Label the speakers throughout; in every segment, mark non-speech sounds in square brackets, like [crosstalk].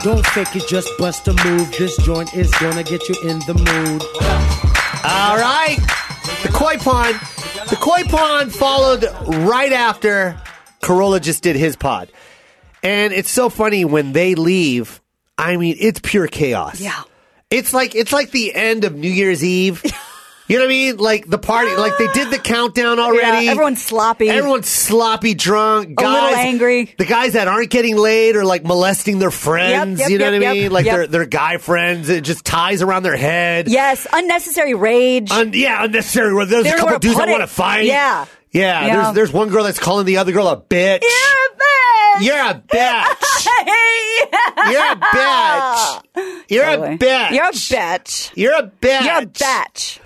Speaker 1: Don't fake it, just bust a move. This joint is gonna get you in the mood.
Speaker 2: All right. The koi pond. The koi pond followed right after Corolla just did his pod. And it's so funny when they leave. I mean, it's pure chaos.
Speaker 3: Yeah.
Speaker 2: It's like it's like the end of New Year's
Speaker 3: [laughs]
Speaker 2: Eve. You know what I mean? Like the party, like they did the countdown already.
Speaker 3: Yeah, everyone's sloppy.
Speaker 2: Everyone's sloppy, drunk.
Speaker 3: A
Speaker 2: Guys,
Speaker 3: little angry.
Speaker 2: The guys that aren't getting laid are like molesting their friends.
Speaker 3: yep,
Speaker 2: you know
Speaker 3: yep,
Speaker 2: what I
Speaker 3: yep,
Speaker 2: mean? Like
Speaker 3: yep.
Speaker 2: their their guy friends. It just ties around their head.
Speaker 3: Yes, unnecessary rage.
Speaker 2: Un- yeah, unnecessary. Well, There's
Speaker 3: They
Speaker 2: a
Speaker 3: don't
Speaker 2: couple
Speaker 3: wanna
Speaker 2: dudes
Speaker 3: put
Speaker 2: that
Speaker 3: it-
Speaker 2: want to fight.
Speaker 3: Yeah.
Speaker 2: Yeah.
Speaker 3: Yeah.
Speaker 2: There's there's one girl that's calling the other girl a bitch.
Speaker 3: You're [laughs]
Speaker 2: You're a bitch.
Speaker 3: a bitch.
Speaker 2: You're
Speaker 3: [laughs]
Speaker 2: a bitch. You're a bitch.
Speaker 3: You're a bitch.
Speaker 2: You're a bitch.
Speaker 3: You're a bitch.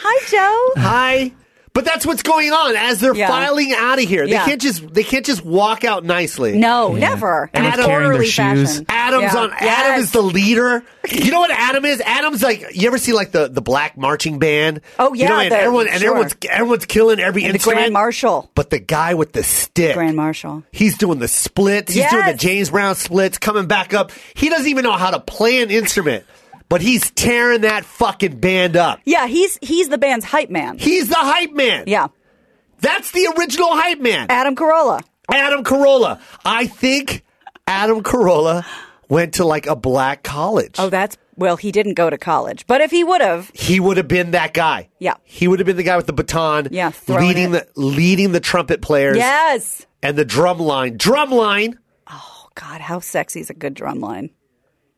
Speaker 3: Hi, Joe.
Speaker 2: Hi. But that's what's going on as they're
Speaker 3: Yeah.
Speaker 2: filing out of here. They
Speaker 3: Yeah.
Speaker 2: can't just they can't just walk out nicely.
Speaker 3: No, never.
Speaker 2: And
Speaker 3: In
Speaker 2: with
Speaker 3: an
Speaker 2: carrying
Speaker 3: orderly
Speaker 4: their shoes.
Speaker 3: fashion.
Speaker 2: Adam's
Speaker 3: Yeah.
Speaker 2: on. Adam
Speaker 3: Yes.
Speaker 2: is the leader. You know what Adam is? Adam's like you ever see like the, the black marching band?
Speaker 3: Oh,
Speaker 2: You know,
Speaker 3: yeah,
Speaker 2: and
Speaker 3: the-
Speaker 2: everyone and
Speaker 3: sure.
Speaker 2: everyone's everyone's killing every
Speaker 3: And the
Speaker 2: instrument.
Speaker 3: grand marshal.
Speaker 2: But the guy with the stick,
Speaker 3: Grand marshal.
Speaker 2: he's doing the splits. He's doing the
Speaker 3: Yes.
Speaker 2: James Brown splits, coming back up. He doesn't even know how to play an instrument, but he's tearing that fucking band up.
Speaker 3: Yeah, he's he's the band's hype man.
Speaker 2: He's the hype man.
Speaker 3: Yeah,
Speaker 2: That's the original hype man.
Speaker 3: Adam Carolla.
Speaker 2: Adam Carolla. I think Adam Carolla went to like a black college.
Speaker 3: Oh, that's well, he didn't go to college, but if he would have,
Speaker 2: he would have been that guy.
Speaker 3: Yeah.
Speaker 2: He would have been the guy with the baton.
Speaker 3: Yeah, throwing
Speaker 2: Leading
Speaker 3: it.
Speaker 2: the leading the trumpet players
Speaker 3: yes.
Speaker 2: and the drum line. Drum line
Speaker 3: Oh God, how sexy is a good drum line?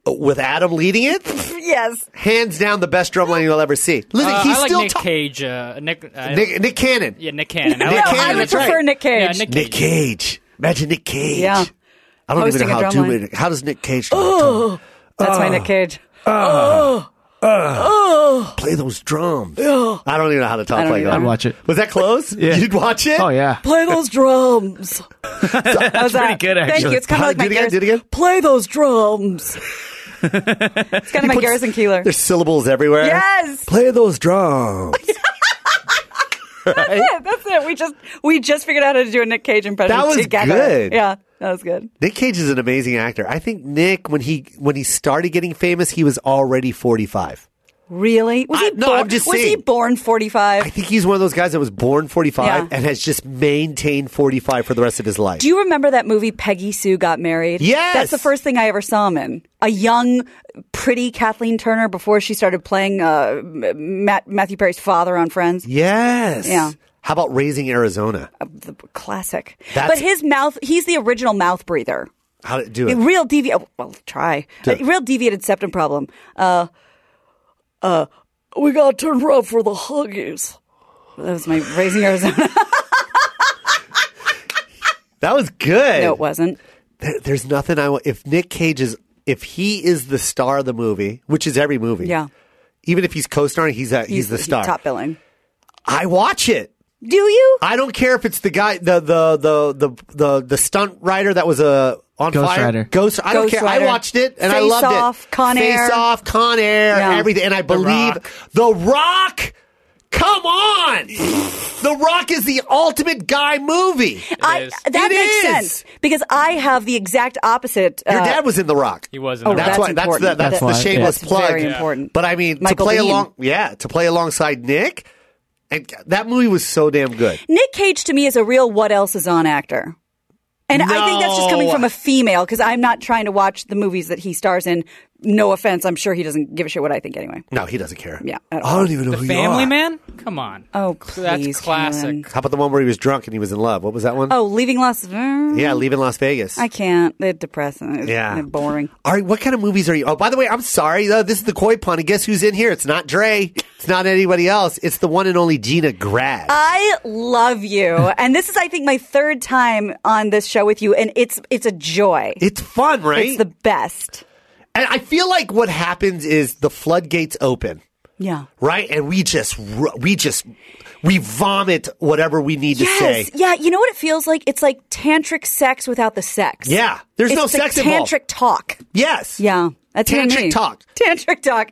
Speaker 2: with Adam leading it.
Speaker 3: [laughs] Yes,
Speaker 2: Hands down the best drum line you'll ever see. Listen,
Speaker 5: Uh,
Speaker 2: he's
Speaker 5: I like
Speaker 2: still
Speaker 5: Nick
Speaker 2: ta-
Speaker 5: Cage. Uh, Nick, uh,
Speaker 2: Nick, Nick Cannon.
Speaker 5: Yeah, Nick Cannon.
Speaker 2: Nick
Speaker 5: I like
Speaker 2: Cannon,
Speaker 3: I would
Speaker 2: that's
Speaker 3: prefer
Speaker 2: right.
Speaker 3: Nick Cage.
Speaker 5: Yeah, Nick
Speaker 2: Nick
Speaker 5: Cage.
Speaker 2: Cage. Imagine Nick Cage.
Speaker 3: Yeah.
Speaker 2: I don't
Speaker 3: Hosting
Speaker 2: even know
Speaker 3: a
Speaker 2: how to
Speaker 3: drum
Speaker 2: do
Speaker 3: line.
Speaker 2: it. How does Nick Cage talk?
Speaker 3: that's
Speaker 2: Oh.
Speaker 3: my Nick Cage.
Speaker 2: Play those drums. I don't even know how to talk
Speaker 3: don't
Speaker 2: like
Speaker 3: either.
Speaker 2: that.
Speaker 3: I'd
Speaker 4: watch it.
Speaker 2: Was that close?
Speaker 4: [laughs] Yeah.
Speaker 2: You'd watch it?
Speaker 4: Oh yeah.
Speaker 3: Play those [laughs] drums. That's
Speaker 4: pretty good,
Speaker 3: Thank
Speaker 4: actually.
Speaker 3: you. It's kind of
Speaker 2: How-
Speaker 3: like my
Speaker 2: do it again,
Speaker 3: Garrison-
Speaker 2: do it again.
Speaker 3: Play
Speaker 2: [laughs]
Speaker 3: those drums. it's kind of my Garrison Keeler.
Speaker 2: There's syllables everywhere.
Speaker 3: Yes.
Speaker 2: Play those
Speaker 3: [laughs]
Speaker 2: drums.
Speaker 3: That's it. We just we just figured out how to do a Nick Cage impression.
Speaker 2: That was
Speaker 3: together.
Speaker 2: good.
Speaker 3: Yeah, that was good.
Speaker 2: Nick Cage is an amazing actor. I think Nick, when he when he started getting famous, he was already 45.
Speaker 3: Really? Was
Speaker 2: I-
Speaker 3: he
Speaker 2: no,
Speaker 3: born,
Speaker 2: I'm just
Speaker 3: was he
Speaker 2: saying.
Speaker 3: born forty five?
Speaker 2: I think he's one of those guys that was born 45
Speaker 3: Yeah.
Speaker 2: and has just maintained 45 for the rest of his life.
Speaker 3: Do you remember that movie Peggy Sue Got Married?
Speaker 2: Yes.
Speaker 3: That's the first thing I ever saw him in. A young, pretty Kathleen Turner before she started playing uh, Matt, Matthew Perry's father on Friends.
Speaker 2: yes.
Speaker 3: Yeah.
Speaker 2: How about Raising Arizona?
Speaker 3: The classic.
Speaker 2: That's-
Speaker 3: but his mouth, he's the original mouth breather.
Speaker 2: How to do
Speaker 3: A
Speaker 2: it?
Speaker 3: real devi oh, well, try. A real deviated septum problem. Uh, uh, we got turned around for the huggies. That was my Raising Arizona.
Speaker 2: That was good.
Speaker 3: no, it wasn't.
Speaker 2: There- there's nothing I want. If Nick Cage is, if he is the star of the movie, which is every movie,
Speaker 3: Yeah.
Speaker 2: even if he's co-starring, he's a, he's, the star.
Speaker 3: Top billing.
Speaker 2: I watch it.
Speaker 3: Do you?
Speaker 2: I don't care if it's the guy, the the the the the, the stunt writer that was uh, on
Speaker 4: Ghost
Speaker 2: fire.
Speaker 4: Rider.
Speaker 2: Ghost. I don't
Speaker 3: Ghost
Speaker 2: care. I
Speaker 3: Rider.
Speaker 2: watched it and I
Speaker 3: Face
Speaker 2: loved
Speaker 3: Off,
Speaker 2: it.
Speaker 3: Con Air.
Speaker 2: Face off, Con Air,
Speaker 3: Yeah.
Speaker 2: everything. And I believe
Speaker 4: Rock.
Speaker 2: The Rock. Come on, [laughs] The Rock is the ultimate guy movie.
Speaker 3: I,
Speaker 5: is.
Speaker 3: that
Speaker 2: It
Speaker 3: makes
Speaker 2: is.
Speaker 3: sense because I have the exact opposite.
Speaker 2: Your
Speaker 3: uh,
Speaker 2: dad was in The Rock.
Speaker 5: He was in
Speaker 3: Oh,
Speaker 5: the
Speaker 2: That's
Speaker 3: that's
Speaker 5: Rock.
Speaker 2: why. That's the
Speaker 3: important.
Speaker 2: that's,
Speaker 4: That's
Speaker 2: the
Speaker 4: why,
Speaker 2: shameless
Speaker 3: yeah.
Speaker 2: plug.
Speaker 3: Very important.
Speaker 2: But I mean,
Speaker 3: Michael
Speaker 2: to play
Speaker 3: Biehn.
Speaker 2: along, yeah, to play alongside Nick, and that movie was so damn good.
Speaker 3: Nick Cage to me is a real what else is on actor. And I think that's just coming
Speaker 2: No.
Speaker 3: from a female because I'm not trying to watch the movies that he stars in. No offense, I'm sure he doesn't give a shit what I think anyway.
Speaker 2: No, he doesn't care.
Speaker 3: Yeah,
Speaker 2: I
Speaker 3: at all.
Speaker 2: don't even know who you
Speaker 5: Family
Speaker 2: are.
Speaker 5: Man? Come on.
Speaker 3: Oh,
Speaker 5: That's
Speaker 3: please,
Speaker 5: classic.
Speaker 3: Cameron.
Speaker 2: How about the one where he was drunk and he was in love? What was that one?
Speaker 3: Oh, Leaving Las Vegas.
Speaker 2: Yeah, leaving Las Vegas.
Speaker 3: I can't. They're depressing. It's-
Speaker 2: Yeah.
Speaker 3: They're boring.
Speaker 2: All right, what kind of movies are you? Oh, by the way, I'm sorry. Uh, this is the Koi Pond, and guess who's in here? It's not Dre. It's not anybody else. It's the one and only Gina Grad.
Speaker 3: I
Speaker 2: [laughs]
Speaker 3: love you, and this is, I think, my third time on this show with you, and it's it's a joy.
Speaker 2: it's fun, right?
Speaker 3: It's the best.
Speaker 2: and I feel like what happens is the floodgates open,
Speaker 3: Yeah.
Speaker 2: right? And we just ru- we just we vomit whatever we need to
Speaker 3: Yes.
Speaker 2: say.
Speaker 3: Yeah. You know what it feels like? It's like tantric sex without the sex.
Speaker 2: Yeah, there's
Speaker 3: it's
Speaker 2: no
Speaker 3: the
Speaker 2: sex
Speaker 3: tantric
Speaker 2: involved.
Speaker 3: talk.
Speaker 2: Yes.
Speaker 3: Yeah. That's what I
Speaker 2: Tantric
Speaker 3: mean.
Speaker 2: talk.
Speaker 3: Tantric talk.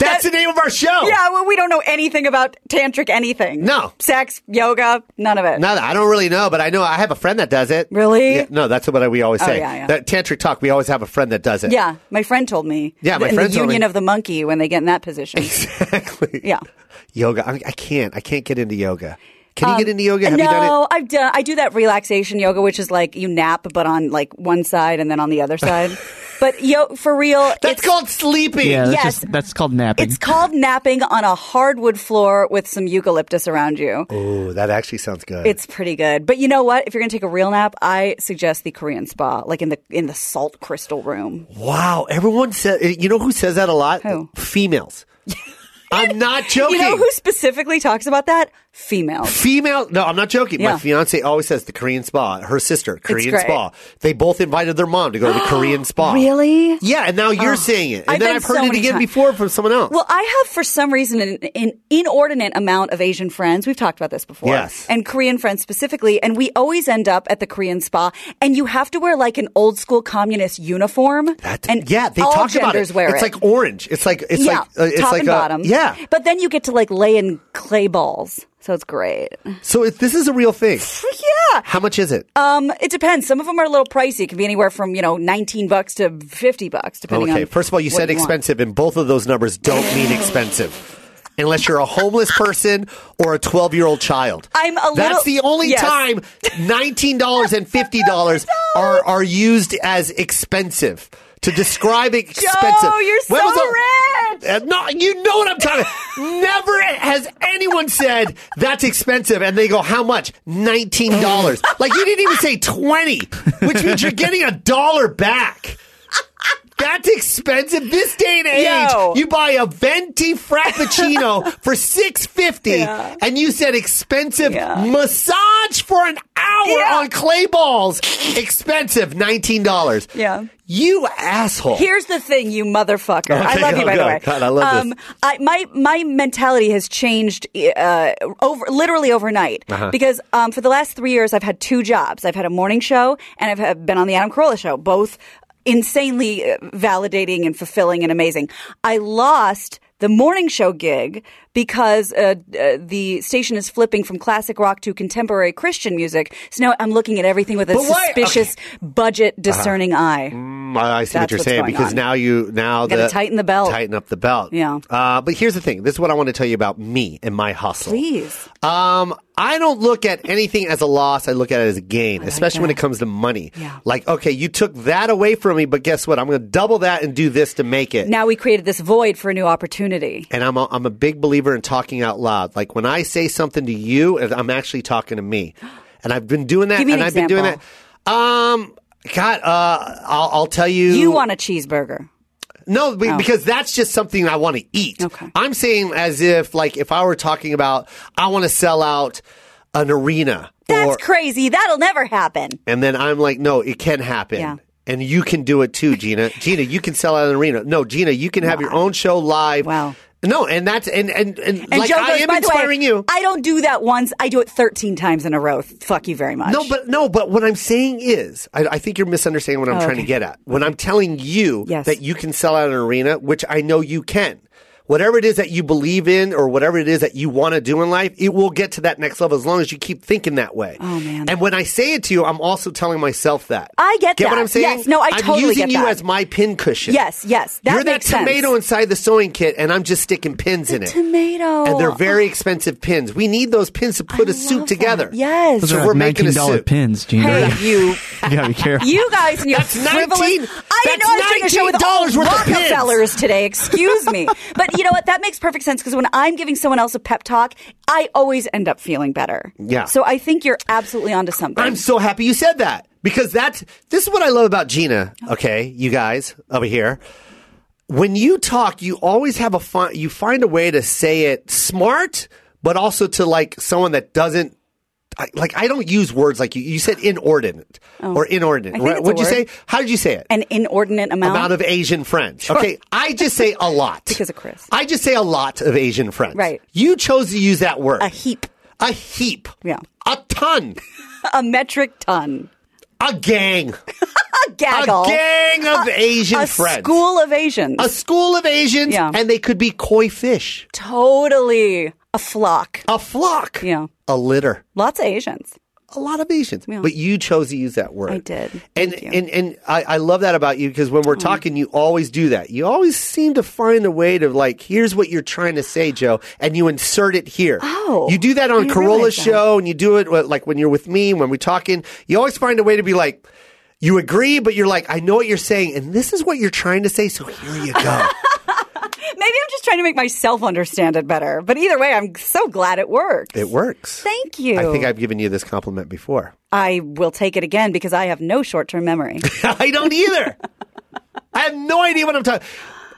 Speaker 2: That's the name of our show.
Speaker 3: Yeah, well, we don't know anything about tantric anything.
Speaker 2: No.
Speaker 3: Sex, yoga, none of it.
Speaker 2: Now, I don't really know, but I know I have a friend that does it.
Speaker 3: Really?
Speaker 2: Yeah, no, that's what we always
Speaker 3: Oh,
Speaker 2: say.
Speaker 3: yeah, yeah.
Speaker 2: That tantric talk, we always have a friend that does it. [laughs]
Speaker 3: Yeah, my friend told me.
Speaker 2: Yeah, my
Speaker 3: in
Speaker 2: friend
Speaker 3: the
Speaker 2: told
Speaker 3: union
Speaker 2: me.
Speaker 3: of the monkey when they get in that position.
Speaker 2: [laughs] Exactly.
Speaker 3: Yeah.
Speaker 2: Yoga. I, I can't. I can't get into yoga. Can you get into yoga? Have
Speaker 3: Um, no,
Speaker 2: you done it?
Speaker 3: I've done. I do that relaxation yoga, which is like you nap, but on like one side and then on the other
Speaker 2: [laughs]
Speaker 3: side. but yo, for real,
Speaker 2: That's
Speaker 3: it's,
Speaker 2: called sleeping.
Speaker 4: Yeah, that's
Speaker 3: Yes.
Speaker 4: just that's called napping.
Speaker 3: it's called napping on a hardwood floor with some eucalyptus around you.
Speaker 2: Oh, that actually sounds good.
Speaker 3: It's pretty good. But you know what? If you're gonna take a real nap, I suggest the Korean spa, like in the in the salt crystal room.
Speaker 2: wow. Everyone says. You know who says that a lot?
Speaker 3: Who? [laughs]
Speaker 2: Females. I'm not joking.
Speaker 3: You know who specifically talks about that? Females.
Speaker 2: Female, no, I'm not joking.
Speaker 3: Yeah.
Speaker 2: My fiance always says the Korean spa. Her sister, Korean
Speaker 3: great.
Speaker 2: spa. They both invited their mom to go to the
Speaker 3: [gasps]
Speaker 2: Korean spa.
Speaker 3: Really? Oh.
Speaker 2: Yeah, and now you're saying it, and
Speaker 3: I've
Speaker 2: then
Speaker 3: been
Speaker 2: I've heard
Speaker 3: so
Speaker 2: it
Speaker 3: many
Speaker 2: again
Speaker 3: times.
Speaker 2: before from someone else.
Speaker 3: Well, I have for some reason an, an inordinate amount of Asian friends. We've talked about this before.
Speaker 2: Yes.
Speaker 3: And Korean friends specifically. And we always end up at the Korean spa and you have to wear like an old school communist uniform.
Speaker 2: That-
Speaker 3: and
Speaker 2: yeah, they
Speaker 3: all
Speaker 2: talk about
Speaker 3: genders
Speaker 2: it.
Speaker 3: Wear
Speaker 2: it's
Speaker 3: it.
Speaker 2: like orange. It's like it's
Speaker 3: yeah,
Speaker 2: like uh, it's
Speaker 3: top
Speaker 2: like
Speaker 3: and
Speaker 2: a-
Speaker 3: bottom.
Speaker 2: Yeah.
Speaker 3: But then you get to like lay in clay balls. So it's great.
Speaker 2: So if this is a real thing.
Speaker 3: [laughs] Yeah.
Speaker 2: How much is it?
Speaker 3: Um, it depends. Some of them are a little pricey. It can be anywhere from, you know, 19 bucks to 50 bucks, depending on.
Speaker 2: okay. First of all, you
Speaker 3: what
Speaker 2: said
Speaker 3: want.
Speaker 2: expensive, and both of those numbers don't
Speaker 3: [gasps]
Speaker 2: mean expensive. Unless you're a homeless person or a 12 year old child.
Speaker 3: I'm a
Speaker 2: That's
Speaker 3: little-
Speaker 2: the only
Speaker 3: yes.
Speaker 2: time $19 and
Speaker 3: [laughs]
Speaker 2: $50 are, are used as expensive to describe expensive.
Speaker 3: Joe, you're
Speaker 2: When
Speaker 3: so
Speaker 2: was the-
Speaker 3: rich!
Speaker 2: Uh, no, you know what I'm talking
Speaker 3: [laughs]
Speaker 2: Never has anyone said that's expensive and they go, how much?
Speaker 3: [laughs]
Speaker 2: $19. like you didn't even say 20, which means you're getting a dollar back. That's expensive. This day and age,
Speaker 3: Yo.
Speaker 2: you buy a venti
Speaker 3: [laughs]
Speaker 2: frappuccino for six fifty, and you said expensive
Speaker 3: Yeah.
Speaker 2: massage for an hour
Speaker 3: Yeah.
Speaker 2: on clay balls. expensive nineteen dollars.
Speaker 3: Yeah.
Speaker 2: you asshole.
Speaker 3: Here's the thing, you motherfucker. I
Speaker 2: Okay,
Speaker 3: love you,
Speaker 2: go,
Speaker 3: by
Speaker 2: go.
Speaker 3: the way. Um,
Speaker 2: God, I love this.
Speaker 3: I, my my mentality has changed uh, over literally overnight
Speaker 2: Uh-huh.
Speaker 3: because um, for the last three years I've had two jobs. I've had a morning show and I've had, been on the Adam Carolla show. Both insanely uh, validating and fulfilling and amazing. I lost. The morning show gig because uh, uh, the station is flipping from classic rock to contemporary Christian music. So now I'm looking at everything with a
Speaker 2: But why- Uh-huh.
Speaker 3: suspicious, budget discerning eye.
Speaker 2: Mm, I see what
Speaker 3: That's
Speaker 2: you're
Speaker 3: what's
Speaker 2: saying
Speaker 3: going
Speaker 2: because
Speaker 3: on.
Speaker 2: now you now
Speaker 3: Gotta
Speaker 2: the
Speaker 3: tighten the belt.
Speaker 2: tighten up the belt.
Speaker 3: Yeah.
Speaker 2: Uh, but here's the thing. This is what I want to tell you about me and my hustle.
Speaker 3: Please.
Speaker 2: Um, I don't look at anything as a loss. I look at it as a gain, especially when it
Speaker 3: that.
Speaker 2: comes to money.
Speaker 3: Yeah.
Speaker 2: Like, okay, you took that away from me, but guess what? I'm going to double that and do this to make it.
Speaker 3: now we created this void for a new opportunity.
Speaker 2: and I'm a, I'm a big believer in talking out loud. Like when I say something to you, I'm actually talking to
Speaker 3: [gasps]
Speaker 2: me. And I've been doing that.
Speaker 3: Give me an
Speaker 2: and I've been doing
Speaker 3: example.
Speaker 2: that. Um, God, uh, I'll, I'll tell you.
Speaker 3: You want a cheeseburger.
Speaker 2: No, be- because that's just something I want to eat.
Speaker 3: Okay.
Speaker 2: I'm saying as if, like, if I were talking about, I want to sell out an arena.
Speaker 3: That's
Speaker 2: or,
Speaker 3: crazy. That'll never happen.
Speaker 2: And then I'm like, no, it can happen.
Speaker 3: Yeah.
Speaker 2: And you can do it too, Gina. Gina, you can sell out an arena. No, Gina, you can have your own show live.
Speaker 3: Wow.
Speaker 2: No, and that's and and and,
Speaker 3: And
Speaker 2: like
Speaker 3: Joe
Speaker 2: I
Speaker 3: goes,
Speaker 2: am
Speaker 3: by the way,
Speaker 2: inspiring you.
Speaker 3: I don't do that once. I do it 13 times in a row. Fuck you very much.
Speaker 2: No, but no, but what I'm saying is, I, I think you're misunderstanding what I'm
Speaker 3: Oh,
Speaker 2: trying to
Speaker 3: okay.
Speaker 2: get at. When I'm telling you
Speaker 3: Yes.
Speaker 2: that you can sell out an arena, which I know you can. Whatever it is that you believe in or whatever it is that you want to do in life, it will get to that next level as long as you keep thinking that way. Oh
Speaker 3: man.
Speaker 2: And when I say it to you, I'm also telling myself that.
Speaker 3: I get
Speaker 2: Get what
Speaker 3: that.
Speaker 2: I'm saying?
Speaker 3: Yes, no, I
Speaker 2: am
Speaker 3: totally
Speaker 2: using
Speaker 3: get
Speaker 2: you
Speaker 3: that.
Speaker 2: as my pincushion.
Speaker 3: Yes, yes, that
Speaker 2: You're that
Speaker 3: makes sense.
Speaker 2: tomato inside the sewing kit and I'm just sticking pins in it.
Speaker 3: tomato.
Speaker 2: And they're very expensive pins. We need those pins to put a suit
Speaker 3: Oh, love
Speaker 2: together.
Speaker 3: that. Yes.
Speaker 4: Those
Speaker 2: So
Speaker 4: are
Speaker 2: we're
Speaker 4: like
Speaker 2: making a
Speaker 4: nineteen dollar
Speaker 2: suit.
Speaker 4: pins, Gina.
Speaker 3: Hey, you.
Speaker 4: [laughs] you gotta be careful.
Speaker 3: You guys and your
Speaker 2: That's
Speaker 3: frivolous.
Speaker 2: 19
Speaker 3: I didn't
Speaker 2: that's
Speaker 3: know I was doing a show with
Speaker 2: $19
Speaker 3: all
Speaker 2: worth of pins.
Speaker 3: Rockefellers today. Excuse
Speaker 2: [laughs]
Speaker 3: me, but you know what? That makes perfect sense because when I'm giving someone else a pep talk, I always end up feeling better.
Speaker 2: Yeah.
Speaker 3: So I think you're absolutely onto something.
Speaker 2: I'm so happy you said that because that's this is what I love about Gina. Okay, you guys over here. When you talk, you always have a fun, you find a way to say it smart, but also to like someone that doesn't I, like I don't use words like you. You said inordinate or inordinate.
Speaker 3: Oh. I think
Speaker 2: right?
Speaker 3: it's a
Speaker 2: What'd you say?
Speaker 3: word.
Speaker 2: How did you say it?
Speaker 3: An inordinate amount.
Speaker 2: amount of Asian friends. Okay, I just say a lot
Speaker 3: [laughs] Because of Chris.
Speaker 2: I just say a lot of Asian friends.
Speaker 3: Right.
Speaker 2: You chose to use that word.
Speaker 3: a heap,
Speaker 2: A heap.
Speaker 3: Yeah.
Speaker 2: A ton.
Speaker 3: a metric ton.
Speaker 2: A gang.
Speaker 3: a gaggle,
Speaker 2: A gang of Asian
Speaker 3: a
Speaker 2: friends.
Speaker 3: school of Asians,
Speaker 2: a school of Asians,
Speaker 3: Yeah.
Speaker 2: and they could be koi fish,
Speaker 3: totally a flock.
Speaker 2: a flock,
Speaker 3: Yeah,
Speaker 2: a litter,
Speaker 3: lots of Asians.
Speaker 2: a lot of Asians.
Speaker 3: Yeah.
Speaker 2: But you chose to use that word.
Speaker 3: I did.
Speaker 2: And
Speaker 3: Thank you. Mm.
Speaker 2: and and I, I love that about you because when we're talking, you always do that. You always seem to find a way to like, here's what you're trying to say, Joe, and you insert it here.
Speaker 3: Oh,
Speaker 2: you do that on
Speaker 3: I
Speaker 2: Corolla
Speaker 3: realize that.
Speaker 2: show, and you do it with- like when you're with me, when we're talking. You always find a way to be like. You agree, but you're like, I know what you're saying, and this is what you're trying to say, so here you
Speaker 3: [laughs]
Speaker 2: go.
Speaker 3: Maybe I'm just trying to make myself understand it better. But either way, I'm so glad it worked.
Speaker 2: it works.
Speaker 3: Thank you.
Speaker 2: I think I've given you this compliment before.
Speaker 3: I will take it again because I have no short
Speaker 2: [laughs]
Speaker 3: term memory.
Speaker 2: I don't either. I have no idea what I'm talking.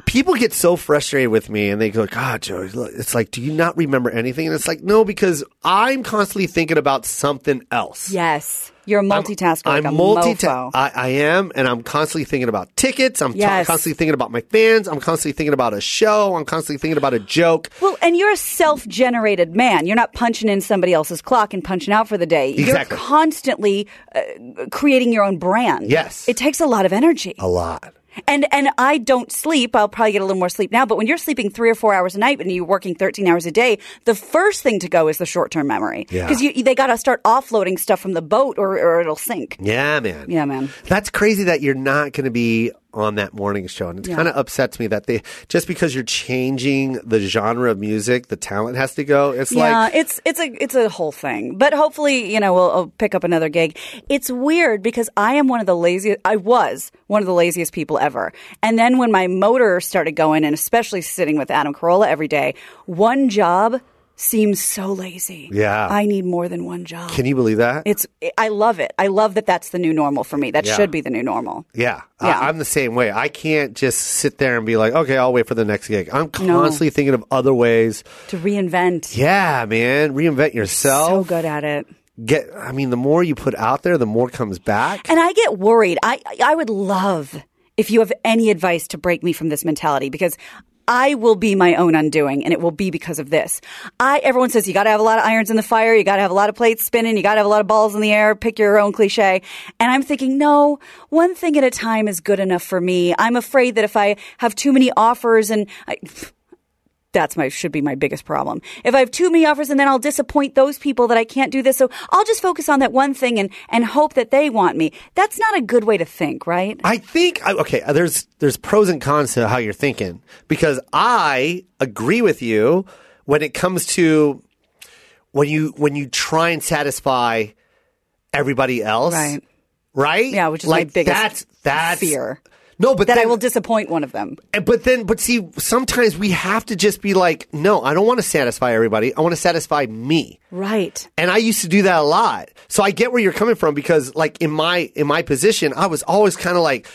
Speaker 2: People get so frustrated with me, and they go, "God, Joe, look," it's like, do you not remember anything?" And it's like, no, because I'm constantly thinking about something else.
Speaker 3: yes. You're a multitasker. like a
Speaker 2: multita- uh
Speaker 3: mofo.
Speaker 2: I, I am, and I'm constantly thinking about tickets. I'm ta-
Speaker 3: Yes.
Speaker 2: constantly thinking about my fans. I'm constantly thinking about a show. I'm constantly thinking about a joke.
Speaker 3: Well, and you're a self generated man. You're not punching in somebody else's clock and punching out for the day.
Speaker 2: Exactly.
Speaker 3: You're constantly uh, creating your own brand.
Speaker 2: Yes.
Speaker 3: It takes a lot of energy.
Speaker 2: A lot.
Speaker 3: And and I don't sleep. I'll probably get a little more sleep now, but when you're sleeping 3 or 4 hours a night and you're working 13 hours a day, the first thing to go is the short-term memory
Speaker 2: Yeah.
Speaker 3: because you they got to start offloading stuff from the boat or, or it'll sink.
Speaker 2: Yeah, man.
Speaker 3: Yeah, man.
Speaker 2: That's crazy that you're not going to be on that morning show. And it kind of upsets me that they, just because you're changing the genre of music, the talent has to go. It's
Speaker 3: yeah,
Speaker 2: like,
Speaker 3: it's it's a it's a whole thing. But hopefully, you know, we'll, I'll pick up another gig. It's weird because I am one of the laziest. I was one of the laziest people ever. And then when my motor started going, and especially sitting with Adam Carolla every day, one job seems so lazy.
Speaker 2: Yeah.
Speaker 3: I need more than one job.
Speaker 2: can you believe that?
Speaker 3: it's I love it. I love that that's the new normal for me. That
Speaker 2: Yeah.
Speaker 3: should be the new normal.
Speaker 2: yeah.
Speaker 3: Yeah.
Speaker 2: I, am the same way. I can't just sit there and be like, okay, I'll wait for the next gig. I'm constantly thinking of other ways.
Speaker 3: To reinvent.
Speaker 2: Yeah, man. Reinvent
Speaker 3: So
Speaker 2: yourself.
Speaker 3: good at it.
Speaker 2: Get, I mean, the more you put out there, the more comes back.
Speaker 3: And I get worried. I I would love if you have any advice to break me from this mentality because I will be my own undoing and it will be because of this. I everyone says you got to have a lot of irons in the fire, you got to have a lot of plates spinning, you got to have a lot of balls in the air, pick your own cliche. And I'm thinking, no, one thing at a time is good enough for me. I'm afraid that if I have too many offers and I, that's my should be my biggest problem. If I have too many offers and then I'll disappoint those people that I can't do this, so I'll just focus on that one thing and and hope that they want me. That's not a good way to think, right?
Speaker 2: I think I- okay. uh, There's there's pros and cons to how you're thinking because I agree with you when it comes to when you when you try and satisfy everybody else,
Speaker 3: Right.
Speaker 2: Right?
Speaker 3: Yeah, which is
Speaker 2: like
Speaker 3: my biggest
Speaker 2: that's that's
Speaker 3: fear.
Speaker 2: No, but
Speaker 3: That I
Speaker 2: then-
Speaker 3: will disappoint one of them.
Speaker 2: and- But then, but see, sometimes we have to just be like, no, I don't want to satisfy everybody. I want to satisfy me.
Speaker 3: Right.
Speaker 2: And I used to do that a lot. So I get where you're coming from because like in my in my position, I was always kind of like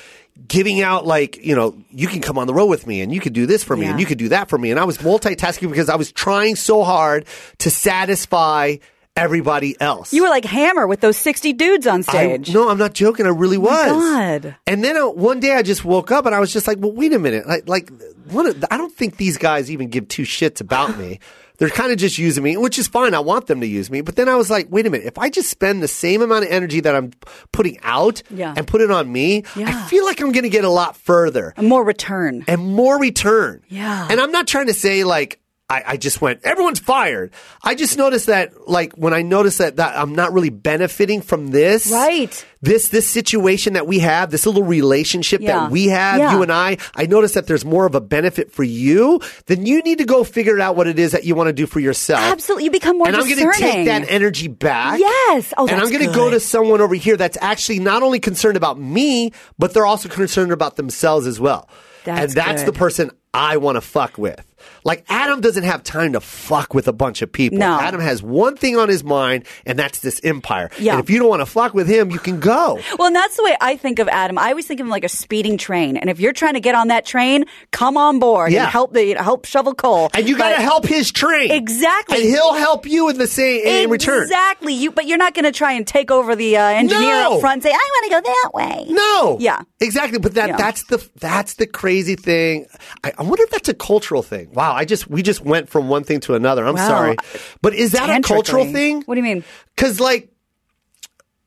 Speaker 2: giving out like, you know, you can come on the road with me and you could do this for me and
Speaker 3: Yeah.
Speaker 2: you could do that for me. And I was multitasking because I was trying so hard to satisfy everybody else.
Speaker 3: You were like hammer with those 60 dudes on
Speaker 2: I,
Speaker 3: stage. Oh
Speaker 2: no, I'm not joking. I really was.
Speaker 3: God.
Speaker 2: And then uh, one day I just woke up and I was just like, well, wait a minute. Like, like one of, I don't think these guys even give two shits about
Speaker 3: [sighs]
Speaker 2: me. They're kind of just using me, which is fine. I want them to use me. But then I was like, wait a minute. If I just spend the same amount of energy that I'm putting out
Speaker 3: Yeah.
Speaker 2: and put it on me, I
Speaker 3: Yeah.
Speaker 2: feel like I'm going to get a lot further
Speaker 3: More return.
Speaker 2: and more return.
Speaker 3: Yeah.
Speaker 2: And I'm not trying to say like I, I just went everyone's fired. I just noticed that like when I noticed that, that I'm not really benefiting from this.
Speaker 3: Right.
Speaker 2: This this situation that we have, this little relationship
Speaker 3: Yeah.
Speaker 2: that we have,
Speaker 3: Yeah.
Speaker 2: you and I, I noticed that there's more of a benefit for you, then you need to go figure out what it is that you want to do for yourself.
Speaker 3: Absolutely. You become more
Speaker 2: And I'm
Speaker 3: discerning.
Speaker 2: going to take that energy back.
Speaker 3: Yes. Oh,
Speaker 2: and I'm
Speaker 3: that's
Speaker 2: gonna go
Speaker 3: good.
Speaker 2: to someone over here that's actually not only concerned about me, but they're also concerned about themselves as well. and
Speaker 3: That's
Speaker 2: that's
Speaker 3: good.
Speaker 2: the person I want to fuck with. Like Adam doesn't have time to fuck with a bunch of people.
Speaker 3: No.
Speaker 2: Adam has one thing on his mind, and that's this empire.
Speaker 3: Yeah.
Speaker 2: And if you don't want to fuck with him, you can go.
Speaker 3: Well, and that's the way I think of Adam. I always think of him like a speeding train. And if you're trying to get on that train, come on board
Speaker 2: Yeah.
Speaker 3: and help the help shovel coal.
Speaker 2: And you got to
Speaker 3: But-
Speaker 2: help his train.
Speaker 3: Exactly.
Speaker 2: And he'll help you in the same in return.
Speaker 3: Exactly. You, but you're not going to try and take over the uh, engineer
Speaker 2: No.
Speaker 3: up front. and Say, I want to go that way.
Speaker 2: No.
Speaker 3: Yeah.
Speaker 2: Exactly. But that
Speaker 3: Yeah.
Speaker 2: that's the that's the crazy thing. I, I wonder if that's a cultural thing. Wow. I just we just went from one thing to another. I'm
Speaker 3: Wow.
Speaker 2: sorry. But is that a cultural
Speaker 3: Tantrically.
Speaker 2: thing?
Speaker 3: What do you mean?
Speaker 2: Because like.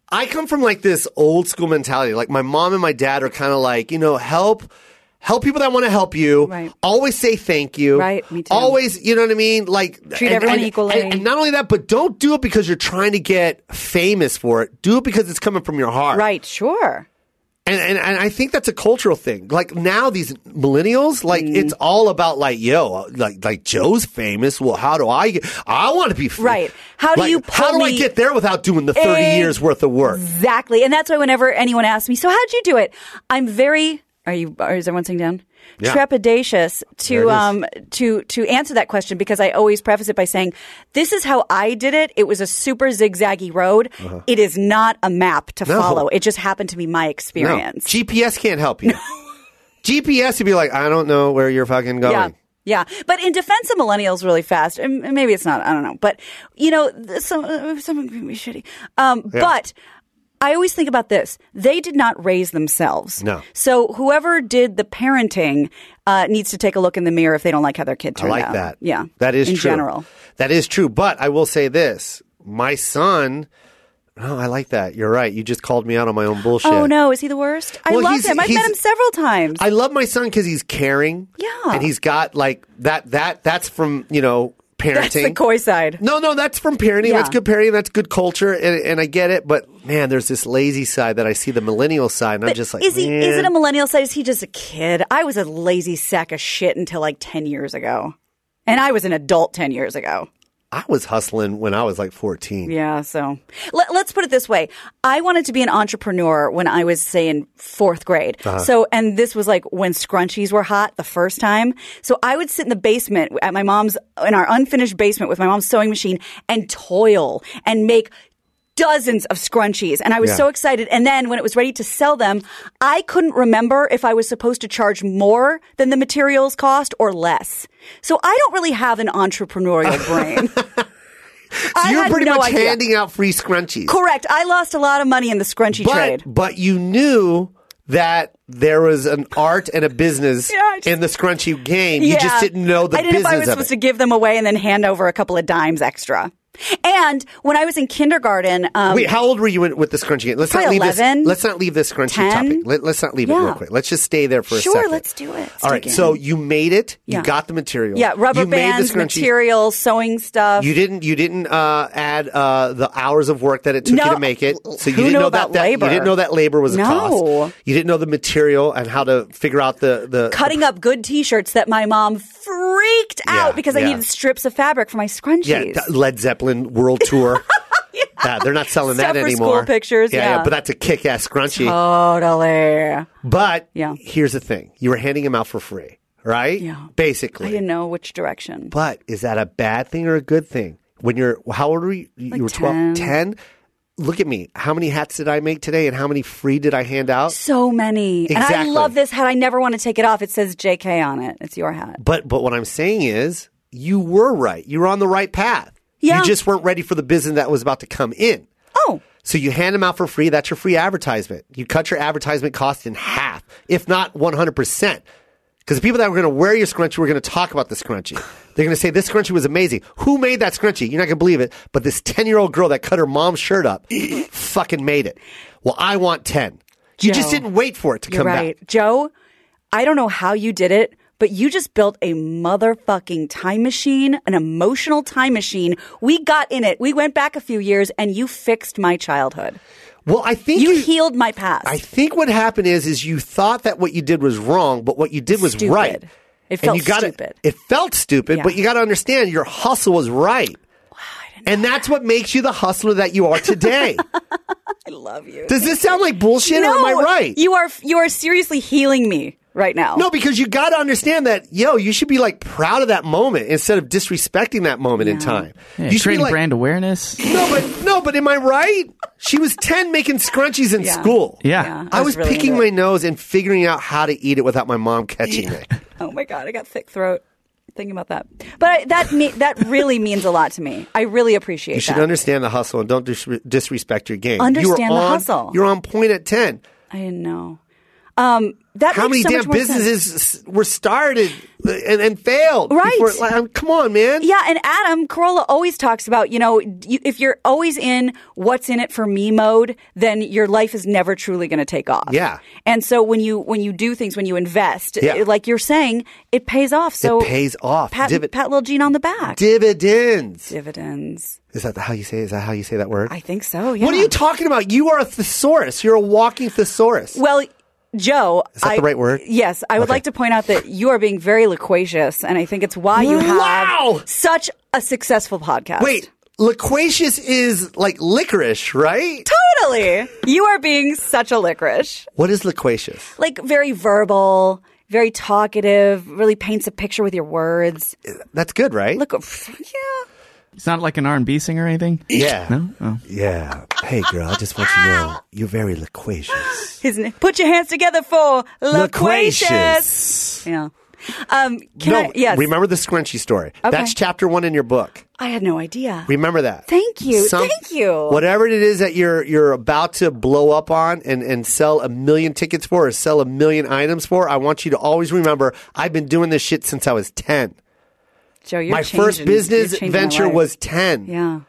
Speaker 2: I come from like this old school mentality. Like my mom and my dad are kind of like, you know, help help people that want to help you.
Speaker 3: Right.
Speaker 2: Always say thank you.
Speaker 3: Right, me too.
Speaker 2: Always, you know what I mean? Like
Speaker 3: Treat everyone equally.
Speaker 2: And, and not only that, but don't do it because you're trying to get famous for it. Do it because it's coming from your heart.
Speaker 3: Right, sure.
Speaker 2: And, and and I think that's a cultural thing. Like now these millennials, like
Speaker 3: Mm.
Speaker 2: it's all about like, yo, like like Joe's famous. Well, how do I get I want to be famous.
Speaker 3: Right. How do you
Speaker 2: How do I
Speaker 3: pony-
Speaker 2: get there without doing the 30 years worth of work?
Speaker 3: Exactly. And that's why whenever anyone asks me, so how'd you do it? I'm very, are you, are, is everyone sitting down?
Speaker 2: Yeah.
Speaker 3: Trepidatious
Speaker 2: There it
Speaker 3: to
Speaker 2: is.
Speaker 3: um to to answer that question because I always preface it by saying this is how I did it. It was a super zigzaggy road. It is not a map to
Speaker 2: Uh-huh. No.
Speaker 3: follow. It just happened to be my
Speaker 2: No,
Speaker 3: experience.
Speaker 2: GPS can't help
Speaker 3: [laughs]
Speaker 2: you. GPS would be like, I don't know where you're fucking going.
Speaker 3: Yeah. Yeah, but in defense of millennials, really fast, and and maybe it's not. I don't know, but you know, th- some uh, some can be shitty. Um,
Speaker 2: Yeah.
Speaker 3: But I always think about this: they did not raise themselves.
Speaker 2: No.
Speaker 3: So whoever did the parenting uh, needs to take a look in the mirror if they don't like how their kid
Speaker 2: I
Speaker 3: turned
Speaker 2: like
Speaker 3: out.
Speaker 2: that.
Speaker 3: Yeah,
Speaker 2: That is
Speaker 3: in
Speaker 2: true.
Speaker 3: general.
Speaker 2: That is true. But I will say this my son, no, I like that. You're right. You just called me out on my own bullshit.
Speaker 3: Oh no, is he the worst? I
Speaker 2: Well,
Speaker 3: love
Speaker 2: he's-
Speaker 3: him. I've
Speaker 2: he's-
Speaker 3: met him several times.
Speaker 2: I love my son because he's caring.
Speaker 3: Yeah.
Speaker 2: And he's got like that, that, that's from, you know, parenting.
Speaker 3: That's the coy side.
Speaker 2: No, no, that's from parenting.
Speaker 3: Yeah.
Speaker 2: That's good parenting. That's good culture, and, and I get it. But man, there's this lazy side that I see the millennial side, and I'm
Speaker 3: But
Speaker 2: just like,
Speaker 3: is he? Is
Speaker 2: man.
Speaker 3: it a millennial side? Is he just a kid? I was a lazy sack of shit until like ten years ago, and I was an adult ten years ago.
Speaker 2: I was hustling when I was like 14.
Speaker 3: Yeah, so Let, let's put it this way. I wanted to be an entrepreneur when I was, say, in fourth grade.
Speaker 2: Uh-huh.
Speaker 3: So, and this was like when scrunchies were hot the first time. So I would sit in the basement at my mom's, in our unfinished basement with my mom's sewing machine and toil and make dozens of scrunchies and I was
Speaker 2: Yeah.
Speaker 3: so excited and then when it was ready to sell them I couldn't remember if I was supposed to charge more than the materials cost or less. So I don't really have an
Speaker 2: [laughs]
Speaker 3: entrepreneurial brain. I
Speaker 2: You're
Speaker 3: had
Speaker 2: pretty
Speaker 3: no
Speaker 2: much
Speaker 3: idea.
Speaker 2: handing out free scrunchies.
Speaker 3: Correct. I lost a lot of money in the scrunchie
Speaker 2: But,
Speaker 3: trade.
Speaker 2: but you knew that there was an art and a business
Speaker 3: Yeah, I just-
Speaker 2: in the scrunchie game. You
Speaker 3: Yeah.
Speaker 2: just didn't know the
Speaker 3: I didn't know
Speaker 2: business
Speaker 3: if I was
Speaker 2: of
Speaker 3: supposed
Speaker 2: it.
Speaker 3: to give them away and then hand over a couple of dimes extra. And when I was in kindergarten, um,
Speaker 2: Wait, how old were you in, with the scrunchie game? Let's not
Speaker 3: Probably
Speaker 2: leave
Speaker 3: 11,
Speaker 2: this. Let's not leave this scrunchie
Speaker 3: 10.
Speaker 2: topic. Let, us not leave it real
Speaker 3: Yeah.
Speaker 2: quick. Let's just stay there for a
Speaker 3: Sure,
Speaker 2: second.
Speaker 3: let's do it. Let's
Speaker 2: All right.
Speaker 3: dig
Speaker 2: So
Speaker 3: in.
Speaker 2: you made it. You
Speaker 3: Yeah.
Speaker 2: got the material.
Speaker 3: yeah, rubber
Speaker 2: you made
Speaker 3: bands,
Speaker 2: the scrunchie.
Speaker 3: material, sewing stuff.
Speaker 2: You didn't. You didn't uh, add uh, the hours of work that it took you
Speaker 3: No.
Speaker 2: to make it. So you
Speaker 3: Who
Speaker 2: didn't
Speaker 3: knew
Speaker 2: know that,
Speaker 3: about
Speaker 2: that
Speaker 3: labor?
Speaker 2: you didn't know that labor was a
Speaker 3: No.
Speaker 2: cost. You didn't know the material and how to figure out the the
Speaker 3: Cutting up good T-shirts that my mom freaked
Speaker 2: Yeah,
Speaker 3: out because I
Speaker 2: yeah.
Speaker 3: needed strips of fabric for my scrunchies.
Speaker 2: Yeah, th- Led Zeppelin World
Speaker 3: [laughs]
Speaker 2: Tour. Yeah, they're not selling
Speaker 3: Stuff
Speaker 2: that
Speaker 3: for
Speaker 2: anymore.
Speaker 3: school pictures, yeah.
Speaker 2: but that's a kick-ass scrunchie.
Speaker 3: totally.
Speaker 2: But
Speaker 3: Yeah.
Speaker 2: here's the thing: you were handing them out for free, right?
Speaker 3: Yeah.
Speaker 2: Basically,
Speaker 3: I didn't know which direction.
Speaker 2: But is that a bad thing or a good thing? When you're how old were you? You were 12,
Speaker 3: 10.
Speaker 2: 10? Look at me. How many hats did I make today and how many free did I hand out?
Speaker 3: So many, and I
Speaker 2: Exactly.
Speaker 3: love this hat. I never want to take it off. It says JK on it. It's your hat.
Speaker 2: But but what I'm saying is you were right. You were on the right path.
Speaker 3: Yeah.
Speaker 2: You just weren't ready for the business that was about to come in.
Speaker 3: Oh,
Speaker 2: So you hand them out for free. That's your free advertisement. You cut your advertisement cost in half, if not 100%. Because the people that were going to wear your scrunchie were going to talk about the scrunchie. They're going to say, This scrunchie was amazing. Who made that scrunchie? You're not going to believe it. But this 10 year old girl that cut her mom's shirt
Speaker 3: [clears throat]
Speaker 2: up fucking made it. Well, I want 10. You just
Speaker 3: Joe,
Speaker 2: didn't wait for it to
Speaker 3: You're
Speaker 2: come
Speaker 3: right.
Speaker 2: back.
Speaker 3: Joe, I don't know how you did it, but you just built a motherfucking time machine, an emotional time machine. We got in it. We went back a few years and you fixed my childhood.
Speaker 2: Well, I think
Speaker 3: You healed my past.
Speaker 2: I think what happened is is you thought that what you did was wrong, but what you did was
Speaker 3: Stupid.
Speaker 2: right.
Speaker 3: It
Speaker 2: And
Speaker 3: felt
Speaker 2: you gotta-
Speaker 3: stupid.
Speaker 2: It felt stupid,
Speaker 3: Yeah.
Speaker 2: but you got to understand your hustle was right. and that's what makes you the hustler that you are
Speaker 3: [laughs]
Speaker 2: today.
Speaker 3: I love you.
Speaker 2: Does this sound like bullshit or am I right?
Speaker 3: You are you are seriously healing me right now.
Speaker 2: no, because you got to understand that, yo, you should be like proud of that moment instead of disrespecting that moment in time.
Speaker 4: Yeah,
Speaker 2: you should be
Speaker 4: creating
Speaker 2: like,
Speaker 4: brand awareness.
Speaker 2: no, but no, but am I right? She was ten making scrunchies in
Speaker 3: Yeah.
Speaker 2: school.
Speaker 4: Yeah.
Speaker 3: Yeah.
Speaker 2: I
Speaker 3: I
Speaker 2: was
Speaker 3: was really
Speaker 2: picking
Speaker 3: into
Speaker 2: my
Speaker 3: it.
Speaker 2: nose and figuring out how to eat it without my mom catching it.
Speaker 3: Oh my god, I got thick throat. Thinking about that, but I, that me- that really means a lot to me. I really appreciate
Speaker 2: You should
Speaker 3: that.
Speaker 2: understand the hustle and don't dis- disrespect your game. you
Speaker 3: Understand
Speaker 2: were
Speaker 3: the
Speaker 2: on,
Speaker 3: hustle.
Speaker 2: You're on point at 10.
Speaker 3: I didn't know. Um, that
Speaker 2: How many
Speaker 3: makes so
Speaker 2: damn
Speaker 3: much more sense.
Speaker 2: businesses s- were started uh, and, and failed?
Speaker 3: Right.
Speaker 2: before- like, um, come on, man.
Speaker 3: Yeah, and Adam Carolla always talks about, you know, you, if you're always in what's in it for me mode, then your life is never truly going to take off.
Speaker 2: Yeah.
Speaker 3: And so when you when you do things, when you invest,
Speaker 2: Yeah.
Speaker 3: it- like you're saying, it pays off. So
Speaker 2: pays off.
Speaker 3: Pat,
Speaker 2: Divi-
Speaker 3: pat little Gene on the back.
Speaker 2: Dividends.
Speaker 3: Dividends.
Speaker 2: Is that how you say? Is that how you say that word?
Speaker 3: I think so. Yeah.
Speaker 2: What are you talking about? You are a thesaurus. You're a walking thesaurus.
Speaker 3: Well, Joe,
Speaker 2: Is that
Speaker 3: I-
Speaker 2: the right word?
Speaker 3: Yes, I would
Speaker 2: Okay.
Speaker 3: like to point out that you are being very loquacious, and I think it's why you have
Speaker 2: Wow!
Speaker 3: such a successful podcast.
Speaker 2: Wait, loquacious is like licorice, right?
Speaker 3: totally, you are being such a licorice.
Speaker 2: What is loquacious?
Speaker 3: like very verbal, very talkative, really paints a picture with your words.
Speaker 2: That's good, right?
Speaker 3: Look, [laughs] yeah.
Speaker 4: It's not like an R&B singer or anything?
Speaker 2: yeah.
Speaker 4: No? Oh.
Speaker 2: Yeah. Hey, girl, I just want you to know you're very loquacious.
Speaker 3: His na- put your hands together for loquacious. Yeah. Um, can
Speaker 2: no,
Speaker 3: I? Yes.
Speaker 2: remember the scrunchy story. That's chapter one in your book.
Speaker 3: I had no idea.
Speaker 2: Remember that.
Speaker 3: Thank you. Thank you.
Speaker 2: Whatever it is that you're you're about to blow up on and, and sell a million tickets for or sell a million items for, I want you to always remember I've been doing this shit since I was ten.
Speaker 3: Joe, you're
Speaker 2: my
Speaker 3: changing-
Speaker 2: first
Speaker 3: you're
Speaker 2: business
Speaker 3: changing my
Speaker 2: venture
Speaker 3: life.
Speaker 2: was ten.
Speaker 3: Yeah.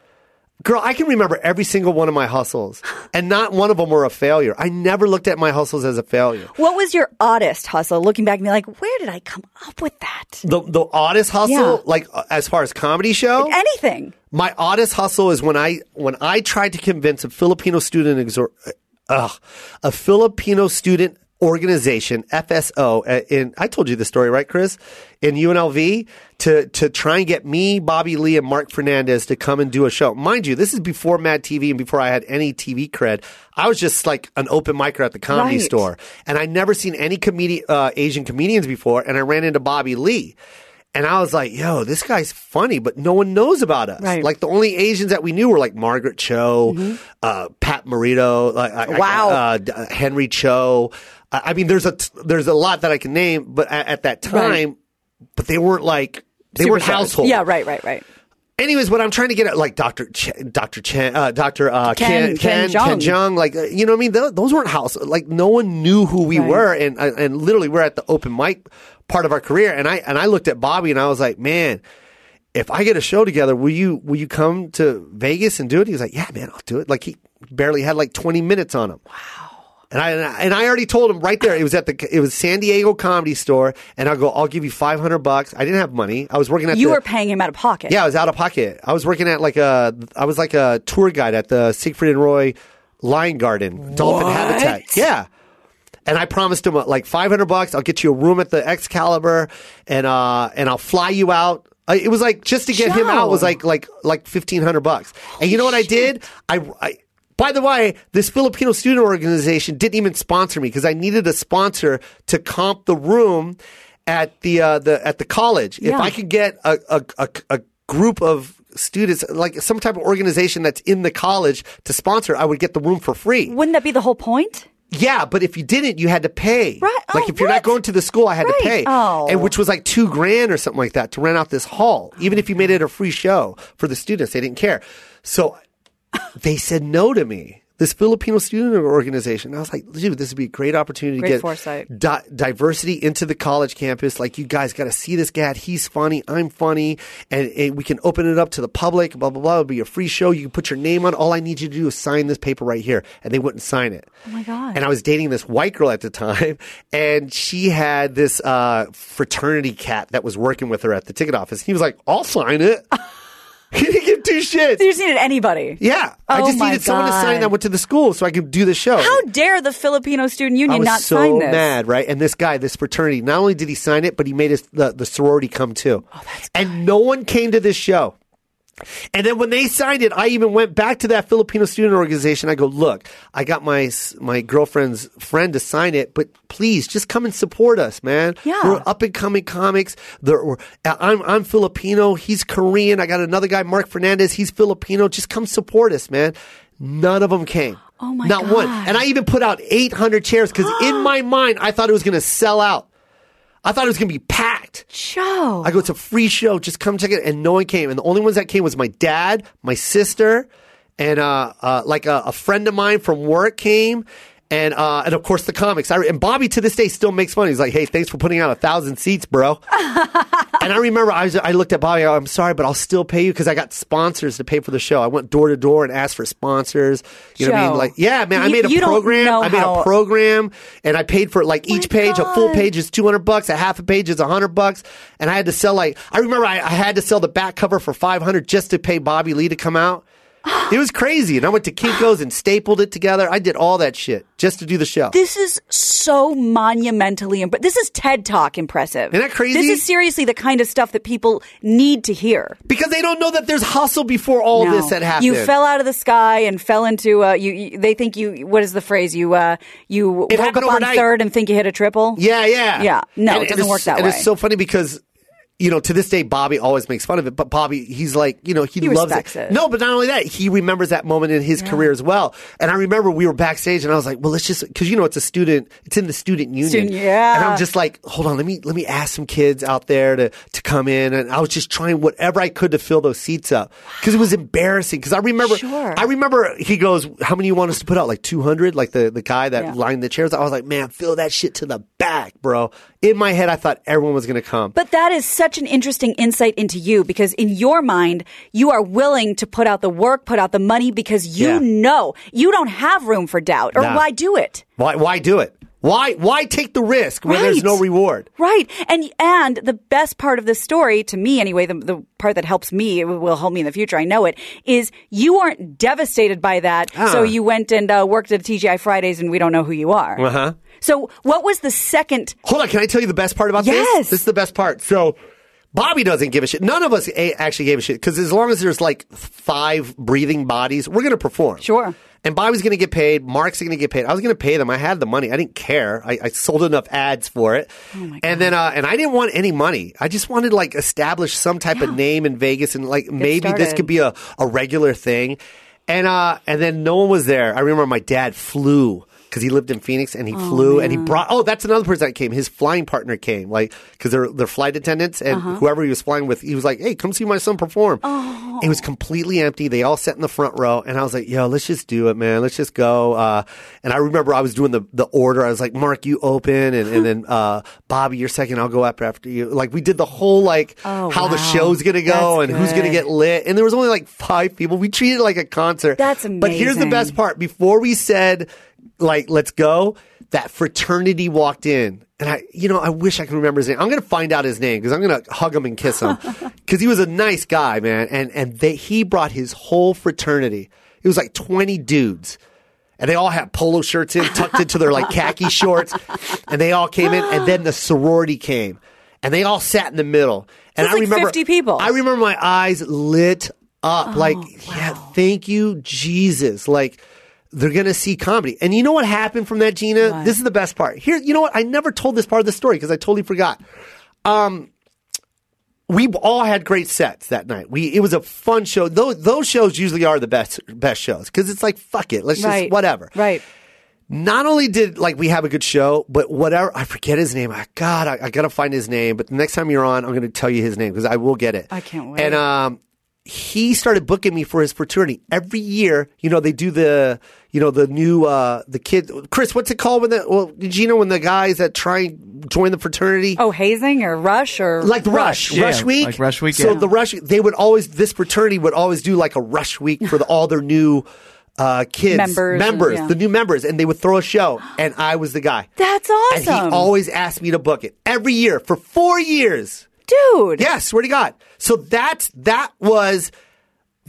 Speaker 2: Girl, I can remember every single one of my
Speaker 3: [gasps]
Speaker 2: hustles, and not one of them were a failure. I never looked at my hustles as a failure.
Speaker 3: What was your oddest hustle? Looking back and be like, where did I come up with that?
Speaker 2: The the oddest hustle,
Speaker 3: Yeah.
Speaker 2: like uh, as far as comedy show,
Speaker 3: Anything.
Speaker 2: my oddest hustle is when I when I tried to convince a Filipino student exor- uh, a Filipino student organization FSO uh, in I told you the story right Chris in UNLV to to try and get me Bobby Lee and Mark Fernandez to come and do a show mind you this is before Mad TV and before I had any TV cred I was just like an open micer at the comedy
Speaker 3: Right.
Speaker 2: store and I'd never seen any comedi- uh, Asian comedians before and I ran into Bobby Lee and I was like, yo, this guy's funny, but no one knows about us.
Speaker 3: Right. Mm-hmm.
Speaker 2: Like the only Asians that we knew were like Margaret Cho, uh, Pat Morito, like I- I-
Speaker 3: Wow.
Speaker 2: uh, D- uh, Henry Cho. I I mean, there's a t- there's a lot that I can name, but at, at that time,
Speaker 3: Right.
Speaker 2: but they weren't like they were
Speaker 3: Superstars.
Speaker 2: household.
Speaker 3: Yeah, right, right, right.
Speaker 2: Anyways, what I'm trying to get at, like Doctor Ch- Doctor Chen, uh, Doctor uh, Ken
Speaker 3: Ken-
Speaker 2: Ken
Speaker 3: Ken
Speaker 2: Ken
Speaker 3: Jeong.
Speaker 2: Jeong, like uh, you know what I mean? Those, those weren't house. Like no one knew who we
Speaker 3: Right.
Speaker 2: were, and and- and literally we're at the open mic part of our career. And I and I looked at Bobby and I was like, man, if I get a show together, will you will you come to Vegas and do it? He was like, yeah, man, I'll do it. Like he barely had like 20 minutes on him. And I, and I and I already told him right there. It was at the it was San Diego Comedy Store, and I go, I'll give you five hundred bucks. I didn't have money. I was working at
Speaker 3: You
Speaker 2: the,
Speaker 3: were paying him out of pocket.
Speaker 2: yeah, I was out of pocket. I was working at like a, I was like a tour guide at the Siegfried and Roy Lion Garden Dolphin Habitat. Yeah. And I promised him uh, like 500 bucks. I'll get you a room at the Excalibur and, uh, and I'll fly you out. I- It was like just to get him out was like, like, like 1500 bucks. And you know what I did? I, I, by the way, this Filipino student organization didn't even sponsor me because I needed a sponsor to comp the room at the, uh, the, at the college. If
Speaker 3: Yeah.
Speaker 2: I could get a, a, a, a group of students, like some type of organization that's in the college to sponsor, I would get the room for free.
Speaker 3: Wouldn't that be the whole point?
Speaker 2: Yeah, but if you didn't, you had to pay.
Speaker 3: Right. Oh,
Speaker 2: like if you're not
Speaker 3: what?
Speaker 2: going to the school, I had to pay.
Speaker 3: Right. Oh.
Speaker 2: And which was like two grand or something like that to rent out this hall. Even if you made it a free show for the students, they didn't care. So they said no to me. This Filipino student organization. I was like, dude, this would be a great opportunity
Speaker 3: Great
Speaker 2: to get
Speaker 3: foresight.
Speaker 2: di- diversity into the college campus. Like, you guys got to see this guy. He's funny. I'm funny. And, and we can open it up to the public, blah, blah, blah. It'll be a free show. You can put your name on. All I need you to do is sign this paper right here. And they wouldn't sign it. Oh,
Speaker 3: my God.
Speaker 2: And I was dating this white girl at the time, and she had this uh, fraternity cat that was working with her at the ticket office. He was like, I'll sign
Speaker 3: [laughs]
Speaker 2: it. he didn't give two shits.
Speaker 3: You just needed anybody.
Speaker 2: Yeah, I
Speaker 3: Oh
Speaker 2: just
Speaker 3: my
Speaker 2: needed someone to sign
Speaker 3: God.
Speaker 2: that went to the school so I could do the show.
Speaker 3: How dare the Filipino Student Union
Speaker 2: I was
Speaker 3: not
Speaker 2: so
Speaker 3: sign this?
Speaker 2: mad, right? And this guy, this fraternity, not only did he sign it, but he made his, the the sorority come too. Oh, that's and no one came to this show. And then when they signed it, I even went back to that Filipino student organization. I go, look, I got my s- my girlfriend's friend to sign it, but please just come and support us, man.
Speaker 3: Yeah.
Speaker 2: we're up and coming comics. There, we're- uh, I'm I'm Filipino. He's Korean. I got another guy, Mark Fernandez. He's Filipino. Just come support us, man. None of them came.
Speaker 3: Oh my
Speaker 2: Not one.
Speaker 3: God.
Speaker 2: And I even put out 800 chairs because
Speaker 3: [gasps]
Speaker 2: in my mind, I thought it was going to sell out. I thought it was going to be packed.
Speaker 3: Joe.
Speaker 2: I go, it's a free show. Just come check it. And no one came. And the only ones that came was my dad, my sister, and uh, uh, like a, a friend of mine from work came. and uh, and of course the comics. I, re- and Bobby to this day still makes fun. He's like, "Hey, thanks for putting out a thousand seats,
Speaker 3: [laughs]
Speaker 2: bro." and I remember I was, I looked at Bobby. I'm sorry, but I'll still pay you because I got sponsors to pay for the show. I went door to door and asked for sponsors. You know what I mean?
Speaker 3: Joe,
Speaker 2: Like, yeah, man, I
Speaker 3: you-
Speaker 2: made a
Speaker 3: you don't
Speaker 2: program.
Speaker 3: know
Speaker 2: I made a
Speaker 3: how-
Speaker 2: program, and I paid for like each page. A full
Speaker 3: God.
Speaker 2: page is 200 bucks. A half a page is 100 bucks. And I had to sell like I remember I, I had to sell the back cover for 500 just to pay Bobby Lee to come
Speaker 3: [gasps]
Speaker 2: out. It was crazy, and I went to Kinko's and stapled it together. I did all that shit just to do the show.
Speaker 3: This is so monumentally impressive. This is TED Talk impressive.
Speaker 2: Isn't that crazy?
Speaker 3: This is seriously the kind of stuff that people need to hear.
Speaker 2: because they don't know that there's hustle before all
Speaker 3: No.
Speaker 2: this that happened.
Speaker 3: You fell out of the sky and fell into uh, you, you. They think you. What is the phrase? You uh, you
Speaker 2: It
Speaker 3: woke up
Speaker 2: happened
Speaker 3: on
Speaker 2: overnight.
Speaker 3: third and think you hit a triple.
Speaker 2: Yeah, yeah.
Speaker 3: Yeah. No, it doesn't
Speaker 2: it's-
Speaker 3: work that
Speaker 2: and
Speaker 3: way.
Speaker 2: it's so funny because, you know, to this day, Bobby always makes fun of it, but Bobby, he's like, you know, he,
Speaker 3: He
Speaker 2: loves
Speaker 3: respects it.
Speaker 2: No, but not only that, he remembers that moment in his career as well. And I remember we were backstage and I was like, well, let's just, because, you know, it's a student, it's in the student union.
Speaker 3: Student- yeah.
Speaker 2: And I'm just like, hold on, let me, let me ask some kids out there to, to come in. And I was just trying whatever I could to fill those seats up because it was embarrassing. Because I remember,
Speaker 3: Sure.
Speaker 2: I remember he goes, how many you want us to put out? Like 200? Like the, the guy that
Speaker 3: Yeah.
Speaker 2: lined the chairs. I was like, man, fill that shit to the back, bro. In my head, I thought everyone was going to come.
Speaker 3: But that is such an interesting insight into you because in your mind, you are willing to put out the work, put out the money because you
Speaker 2: Yeah.
Speaker 3: know you don't have room for doubt. Or
Speaker 2: Nah.
Speaker 3: why do it?
Speaker 2: why, why do it? Why, why take the risk when there's
Speaker 3: Right.
Speaker 2: no reward?
Speaker 3: Right. And and the best part of this story, to me anyway, the, the part that helps me, it will help me in the future, I know it, is you weren't devastated by that. So
Speaker 2: Ah.
Speaker 3: you went and uh, worked at TGI Fridays and we don't know who you are. Uh-huh. So what was the second?
Speaker 2: Hold on, can I tell you the best part about
Speaker 3: Yes.
Speaker 2: this? This is the best part. So, Bobby doesn't give a shit. None of us a- actually gave a shit because as long as there's like five breathing bodies, we're going to perform.
Speaker 3: Sure.
Speaker 2: And Bobby's going to get paid. Mark's going to get paid. I was going to pay them. I had the money. I didn't care. I, I sold enough ads for it.
Speaker 3: Oh
Speaker 2: and then, uh, and I didn't want any money. I just wanted to like establish some type of name in Vegas and like maybe this
Speaker 3: started.
Speaker 2: could be a, a regular thing. And, uh, and then no one was there. I remember my dad flew because he lived in Phoenix and he flew and he brought, oh, that's another person that came. His flying partner came, like, because they're, they're flight attendants and
Speaker 3: Uh-huh.
Speaker 2: whoever he was flying with, he was like, hey, come see my son perform.
Speaker 3: Oh.
Speaker 2: It was completely empty. They all sat in the front row and I was like, yo, let's just do it, man. Let's just go. Uh, and I remember I was doing the, the order. I was like, Mark, you open and, and then, uh, Bobby, you're second. I'll go up after you. Like, we did the whole, like,
Speaker 3: Oh,
Speaker 2: how the
Speaker 3: wow.
Speaker 2: show's going to go
Speaker 3: That's
Speaker 2: and who's going to
Speaker 3: good.
Speaker 2: get lit. And there was only like five people. We treated it like a concert.
Speaker 3: That's
Speaker 2: But here's the
Speaker 3: amazing.
Speaker 2: best part. Before we said, like, let's go, that fraternity walked in. And I, you know, I wish I could remember his name. I'm going to find out his name because I'm going to hug him and kiss
Speaker 3: [laughs]
Speaker 2: him because he was a nice guy, man. And, and they, he brought his whole fraternity. It was like 20 dudes. And they all had polo shirts in, tucked into their like khaki shorts. And they all came in. And then the sorority came. And they all sat in the middle. And
Speaker 3: That's like 50 people. Oh,
Speaker 2: I remember my eyes lit up. like, yeah, thank you, Jesus. Like, they're gonna see comedy. And you know what happened from that, Gina? This is the best part. Here, you know what? I never told this part of the story because I totally forgot. Um, we all had great sets that night. We it was a fun show. Those those shows usually are the best best shows because it's like fuck it, let's
Speaker 3: Right.
Speaker 2: just whatever
Speaker 3: Right.
Speaker 2: not only did like we have a good show, but whatever I forget his name. I, God, I, I gotta find his name. But the next time you're on, I'm gonna tell you his name because I will get it.
Speaker 3: I can't wait.
Speaker 2: And um, he started booking me for his fraternity every year. You know they do the you know the new uh the kid Chris. What's it called when the well Gina when the guys that try and join the fraternity
Speaker 3: Oh, hazing or rush or
Speaker 2: like the rush,
Speaker 4: Yeah,
Speaker 2: rush week,
Speaker 4: like Rush Week,
Speaker 2: So
Speaker 4: yeah.
Speaker 2: the rush, they would always this fraternity would always do like a rush week for the, all their new uh, kids
Speaker 3: Members, yeah.
Speaker 2: the new members, and they would throw a show, and I was the guy.
Speaker 3: That's
Speaker 2: And he
Speaker 3: awesome.
Speaker 2: always asked me to book it every year for four years.
Speaker 3: dude.
Speaker 2: Yes, swear to God. So that's that was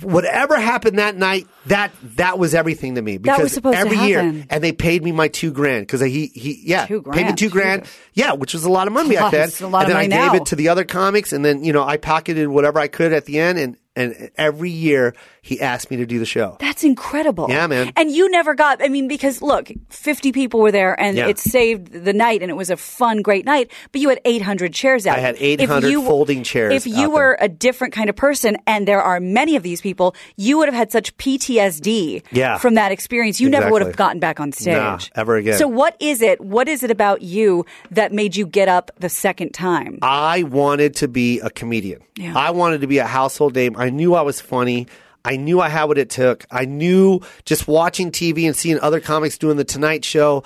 Speaker 2: whatever happened that night. That that was everything to me because
Speaker 3: was supposed to
Speaker 2: every year,
Speaker 3: happen.
Speaker 2: and they paid me my two grand because he he yeah
Speaker 3: Two
Speaker 2: paid me
Speaker 3: grand,
Speaker 2: two grand
Speaker 3: Jesus.
Speaker 2: yeah, which was a lot of money back
Speaker 3: God,
Speaker 2: then.
Speaker 3: it's a lot
Speaker 2: and
Speaker 3: of
Speaker 2: then
Speaker 3: money
Speaker 2: I
Speaker 3: now.
Speaker 2: gave it to the other comics, and then you know I pocketed whatever I could at the end, and and every year he asked me to do the show.
Speaker 3: That's incredible.
Speaker 2: Yeah, man.
Speaker 3: And you never got, I mean, because look, 50 people were there and
Speaker 2: Yeah.
Speaker 3: it saved the night and it was a fun, great night, but you had 800 chairs out.
Speaker 2: I had
Speaker 3: If
Speaker 2: 800
Speaker 3: you-
Speaker 2: folding chairs
Speaker 3: If you
Speaker 2: out
Speaker 3: were a different kind of person, and there are many of these people, you would have had such PTSD
Speaker 2: Yeah.
Speaker 3: from that experience. You never would have
Speaker 2: Exactly.
Speaker 3: gotten back on stage.
Speaker 2: Nah, ever again.
Speaker 3: So what is it, what is it about you that made you get up the second time?
Speaker 2: I wanted to be a comedian.
Speaker 3: Yeah.
Speaker 2: I wanted to be a household name. I knew I was funny. I knew I had what it took. I knew just watching TV and seeing other comics doing the Tonight Show.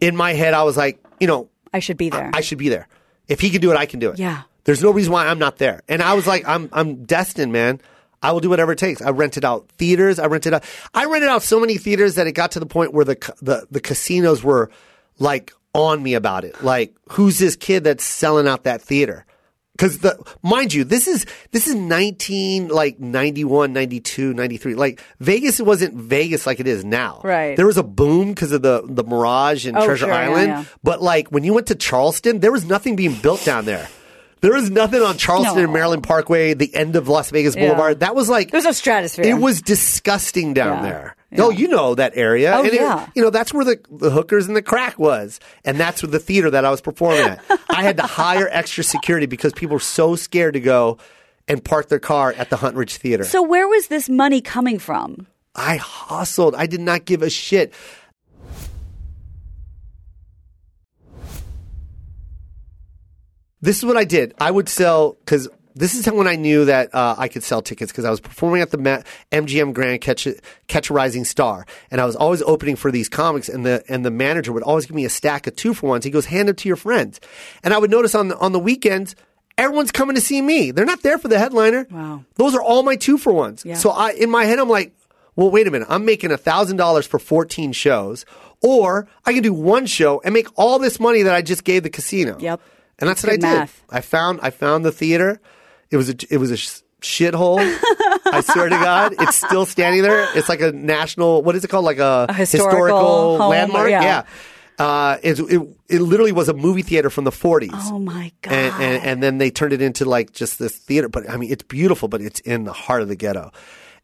Speaker 2: In my head, I was like, you know,
Speaker 3: I should be there.
Speaker 2: I should be there. If he can do it, I can do it.
Speaker 3: Yeah.
Speaker 2: There's no reason why I'm not there. And I was like, I'm I'm destined, man. I will do whatever it takes. I rented out theaters. I rented out. I rented out so many theaters that it got to the point where the ca- the the casinos were like on me about it. Like, who's this kid that's selling out that theater? Because the mind you, this is this is 19 like 91, 92, 93. Like Vegas wasn't Vegas like it is now.
Speaker 3: Right.
Speaker 2: There was a boom because of the the Mirage and
Speaker 3: Oh,
Speaker 2: Treasure
Speaker 3: sure, yeah,
Speaker 2: Island.
Speaker 3: yeah.
Speaker 2: But like when you went to Charleston, there was nothing being built down there. There was nothing on Charleston and
Speaker 3: No.
Speaker 2: Maryland Parkway, the end of Las Vegas
Speaker 3: Yeah.
Speaker 2: Boulevard. That was like
Speaker 3: There was no stratosphere.
Speaker 2: It was disgusting down
Speaker 3: Yeah.
Speaker 2: there. No, you know that area.
Speaker 3: Oh,
Speaker 2: and it-
Speaker 3: yeah.
Speaker 2: you know that's where the, the hookers and the crack was, and that's where the theater that I was performing at. I had to hire extra security because people were so scared to go and park their car at the Hunt Ridge Theater.
Speaker 3: so where was this money coming from?
Speaker 2: I hustled. I did not give a shit. This is what I did. I would sell because this is when I knew that uh, I could sell tickets because I was performing at the Met, MGM Grand Catch, a- Catch a Rising Star, and I was always opening for these comics, and the and the manager would always give me a stack of two for ones. He goes, hand them to your friends, and I would notice on the, on the weekends. Everyone's coming to see me. They're not there for the headliner.
Speaker 3: Wow.
Speaker 2: Those are all my two for ones.
Speaker 3: Yeah.
Speaker 2: So I in my head I'm like, well, wait a minute. I'm making thousand dollars for fourteen shows, or I can do one show and make all this money that I just gave the casino.
Speaker 3: Yep.
Speaker 2: And that's what I
Speaker 3: Good math.
Speaker 2: did. I found I found the theater. It was a it was a sh- shithole. I swear to
Speaker 3: [laughs]
Speaker 2: God, it's still standing there. It's like a national. What is it called? Like a,
Speaker 3: historical home,
Speaker 2: landmark.
Speaker 3: yeah.
Speaker 2: Uh, it's it, it literally was a movie theater from the 40s
Speaker 3: Oh my god!
Speaker 2: and, and and then they turned it into like just this theater. But I mean, it's beautiful, but it's in the heart of the ghetto.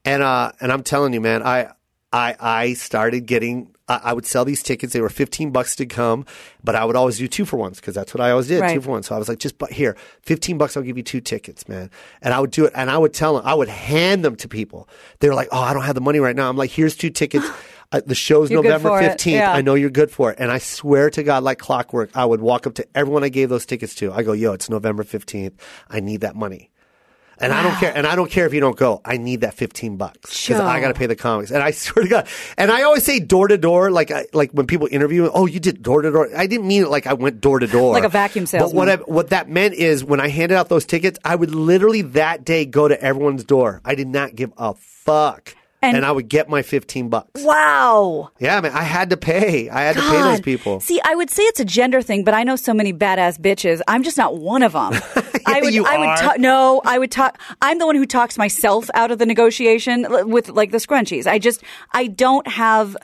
Speaker 2: And uh, and I'm telling you, man, I I I started getting. I, I would sell these tickets. They were 15 bucks to come, but I would always do two for ones because that's what I always did, two
Speaker 3: Right.
Speaker 2: for one. So I was like, just but here, 15 bucks, I'll give you two tickets, man. And I would do it, and I would tell them, I would hand them to people. They were like, oh, I don't have the money right now. I'm like, here's two
Speaker 3: [gasps]
Speaker 2: tickets. Uh, the show's
Speaker 3: You're good
Speaker 2: November
Speaker 3: for it.
Speaker 2: 15th.
Speaker 3: Yeah.
Speaker 2: I know you're good for it. And I swear to God, like clockwork, I would walk up to everyone I gave those tickets to. I go, yo, it's November 15th. I need that money. And I don't care. And I don't care if you don't go. I need that 15 bucks because
Speaker 3: Joe.
Speaker 2: I got to pay the comics. And I [laughs] swear to God. And I always say door to door, like, I, like when people interview, oh, you did door to door. I didn't mean it like I went door to door.
Speaker 3: Like a vacuum
Speaker 2: But what, I,
Speaker 3: salesman.
Speaker 2: what that meant is when I handed out those tickets, I would literally that day go to everyone's door. I did not give a fuck.
Speaker 3: And-
Speaker 2: and I would get my 15 bucks.
Speaker 3: wow.
Speaker 2: Yeah, man, I had to pay. I had to pay those
Speaker 3: God.
Speaker 2: people.
Speaker 3: See, I would say it's a gender thing, but I know so many badass bitches. I'm just not one
Speaker 2: [laughs]
Speaker 3: of them. I would,
Speaker 2: you
Speaker 3: I
Speaker 2: are.
Speaker 3: would ta- no, I would talk. I'm the one who talks myself out of the negotiation l- with like the scrunchies. I just, I don't have.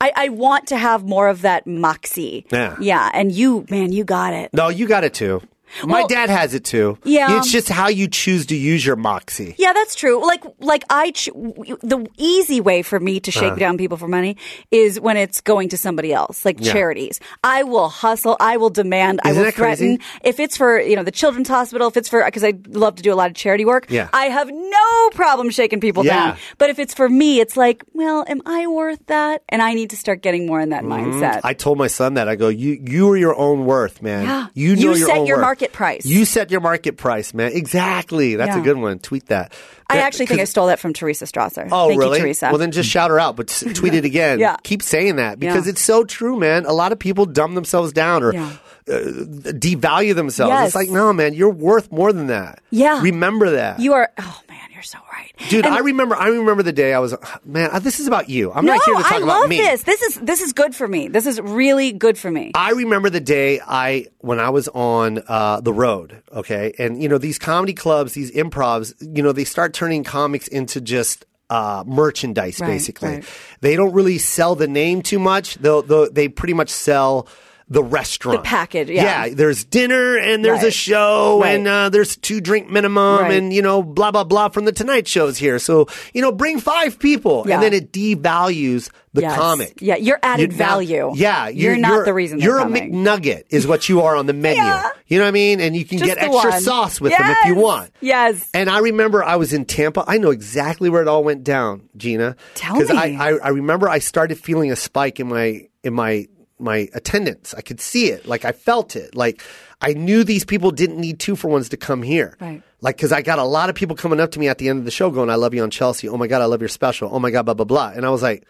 Speaker 3: I, I want to have more of that moxie.
Speaker 2: Yeah.
Speaker 3: Yeah. And you, man, you got it.
Speaker 2: no, you got it too. My
Speaker 3: Well-
Speaker 2: dad has it too.
Speaker 3: Yeah.
Speaker 2: It's just how you choose to use your moxie.
Speaker 3: Yeah, that's true. Like, like I, ch- w- the easy way for me to
Speaker 2: Uh-huh.
Speaker 3: shake down people for money is when it's going to somebody else, like
Speaker 2: Yeah.
Speaker 3: charities. I will hustle. I will demand. I
Speaker 2: Isn't
Speaker 3: will
Speaker 2: that
Speaker 3: threaten.
Speaker 2: crazy?
Speaker 3: If it's for you know the children's hospital, if it's for because I love to do a lot of charity work.
Speaker 2: Yeah.
Speaker 3: I have no problem shaking people
Speaker 2: Yeah.
Speaker 3: down. But if it's for me, it's like, well, am I worth that? And I need to start getting more in that mindset.
Speaker 2: Mm-hmm. I told my son that I go, you you are your own worth, man.
Speaker 3: Yeah.
Speaker 2: You know
Speaker 3: You
Speaker 2: your
Speaker 3: set
Speaker 2: own
Speaker 3: your
Speaker 2: worth.
Speaker 3: market price.
Speaker 2: You set your market price, man. Exactly. That's a
Speaker 3: Yeah.
Speaker 2: good one. Tweet that.
Speaker 3: I
Speaker 2: That-
Speaker 3: actually think I
Speaker 2: 'cause-
Speaker 3: stole that from Teresa Strasser.
Speaker 2: Oh,
Speaker 3: Thank
Speaker 2: really?
Speaker 3: you, Teresa.
Speaker 2: Well, then just shout her out, but s- tweet
Speaker 3: [laughs]
Speaker 2: it again.
Speaker 3: Yeah.
Speaker 2: Keep saying that because
Speaker 3: Yeah.
Speaker 2: it's so true, man. A lot of people dumb themselves down or
Speaker 3: Yeah.
Speaker 2: uh, devalue themselves. It's
Speaker 3: Yes.
Speaker 2: like, no, man, you're worth more than that.
Speaker 3: Yeah.
Speaker 2: Remember that.
Speaker 3: you are. Oh man, you're so right,
Speaker 2: Dude,
Speaker 3: And-
Speaker 2: I remember. I remember the day I was. Man, uh, this is about you. I'm not here to talk
Speaker 3: I
Speaker 2: about
Speaker 3: love
Speaker 2: me.
Speaker 3: this. This is this is good for me. This is really good for me.
Speaker 2: I remember the day I when I was on uh, the road. Okay, and you know these comedy clubs, these improvs. You know they start turning comics into just. Uh, merchandise,
Speaker 3: Right,
Speaker 2: basically.
Speaker 3: right.
Speaker 2: They don't really sell the name too much. They'll, they'll, they pretty much sell the restaurant.
Speaker 3: The package, yeah.
Speaker 2: there's dinner and there's a
Speaker 3: Right.
Speaker 2: show
Speaker 3: Right.
Speaker 2: and uh, there's two drink minimum
Speaker 3: Right.
Speaker 2: and, you know, blah, blah, blah from the Tonight Show's here. So, you know, bring five people.
Speaker 3: Yeah.
Speaker 2: And then it devalues the
Speaker 3: Yes.
Speaker 2: comic.
Speaker 3: Yeah, your added
Speaker 2: You're not-
Speaker 3: value.
Speaker 2: yeah,
Speaker 3: you're, not the reason. they're
Speaker 2: You're a
Speaker 3: coming.
Speaker 2: McNugget, is what you are on the menu.
Speaker 3: Yeah.
Speaker 2: You know what I mean? And you can
Speaker 3: Just
Speaker 2: get
Speaker 3: the
Speaker 2: extra
Speaker 3: one.
Speaker 2: sauce with them if you
Speaker 3: Yes.
Speaker 2: want.
Speaker 3: Yes.
Speaker 2: And I remember I was in Tampa. I know exactly where it all went down, Gina.
Speaker 3: Tell
Speaker 2: Because I,
Speaker 3: me.
Speaker 2: I, I remember I started feeling a spike in my in my my attendance. I could see it. Like I felt it. Like I knew these people didn't need two for ones to come here.
Speaker 3: Right.
Speaker 2: Like, because I got a lot of people coming up to me at the end of the show going, I love you on Chelsea. Oh my God, I love your special. Oh my God, blah, blah, blah. And I was like,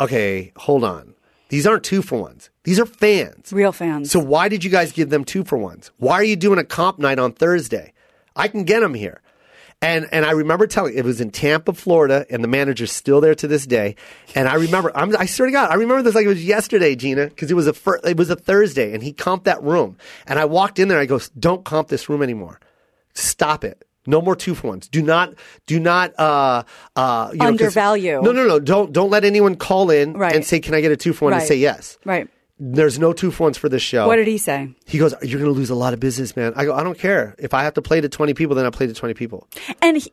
Speaker 2: okay, hold on. These aren't two for ones. These are fans.
Speaker 3: Real fans.
Speaker 2: So why did you guys give them two for ones? Why are you doing a comp night on Thursday? I can get them here. And and I remember telling it was in Tampa, Florida, and the manager's still there to this day. And I remember I'm, I swear to God, I remember this like it was yesterday, Gina, because it was a fir- it was a Thursday, and he comped that room. And I walked in there, I go, don't comp this room anymore. Stop it. No more two for ones. Do not, do not, uh, uh, you know, 'cause-
Speaker 3: Undervalue.
Speaker 2: No, no, no. Don't, don't let anyone call in
Speaker 3: Right.
Speaker 2: and say, "Can I get a two for one?" And
Speaker 3: Right.
Speaker 2: say yes.
Speaker 3: right.
Speaker 2: There's no two for ones for this show.
Speaker 3: What did he say?
Speaker 2: He goes, You're going to lose a lot of business, man. I go, I don't care. If I have to play to 20 people, then I play to 20 people.
Speaker 3: And he,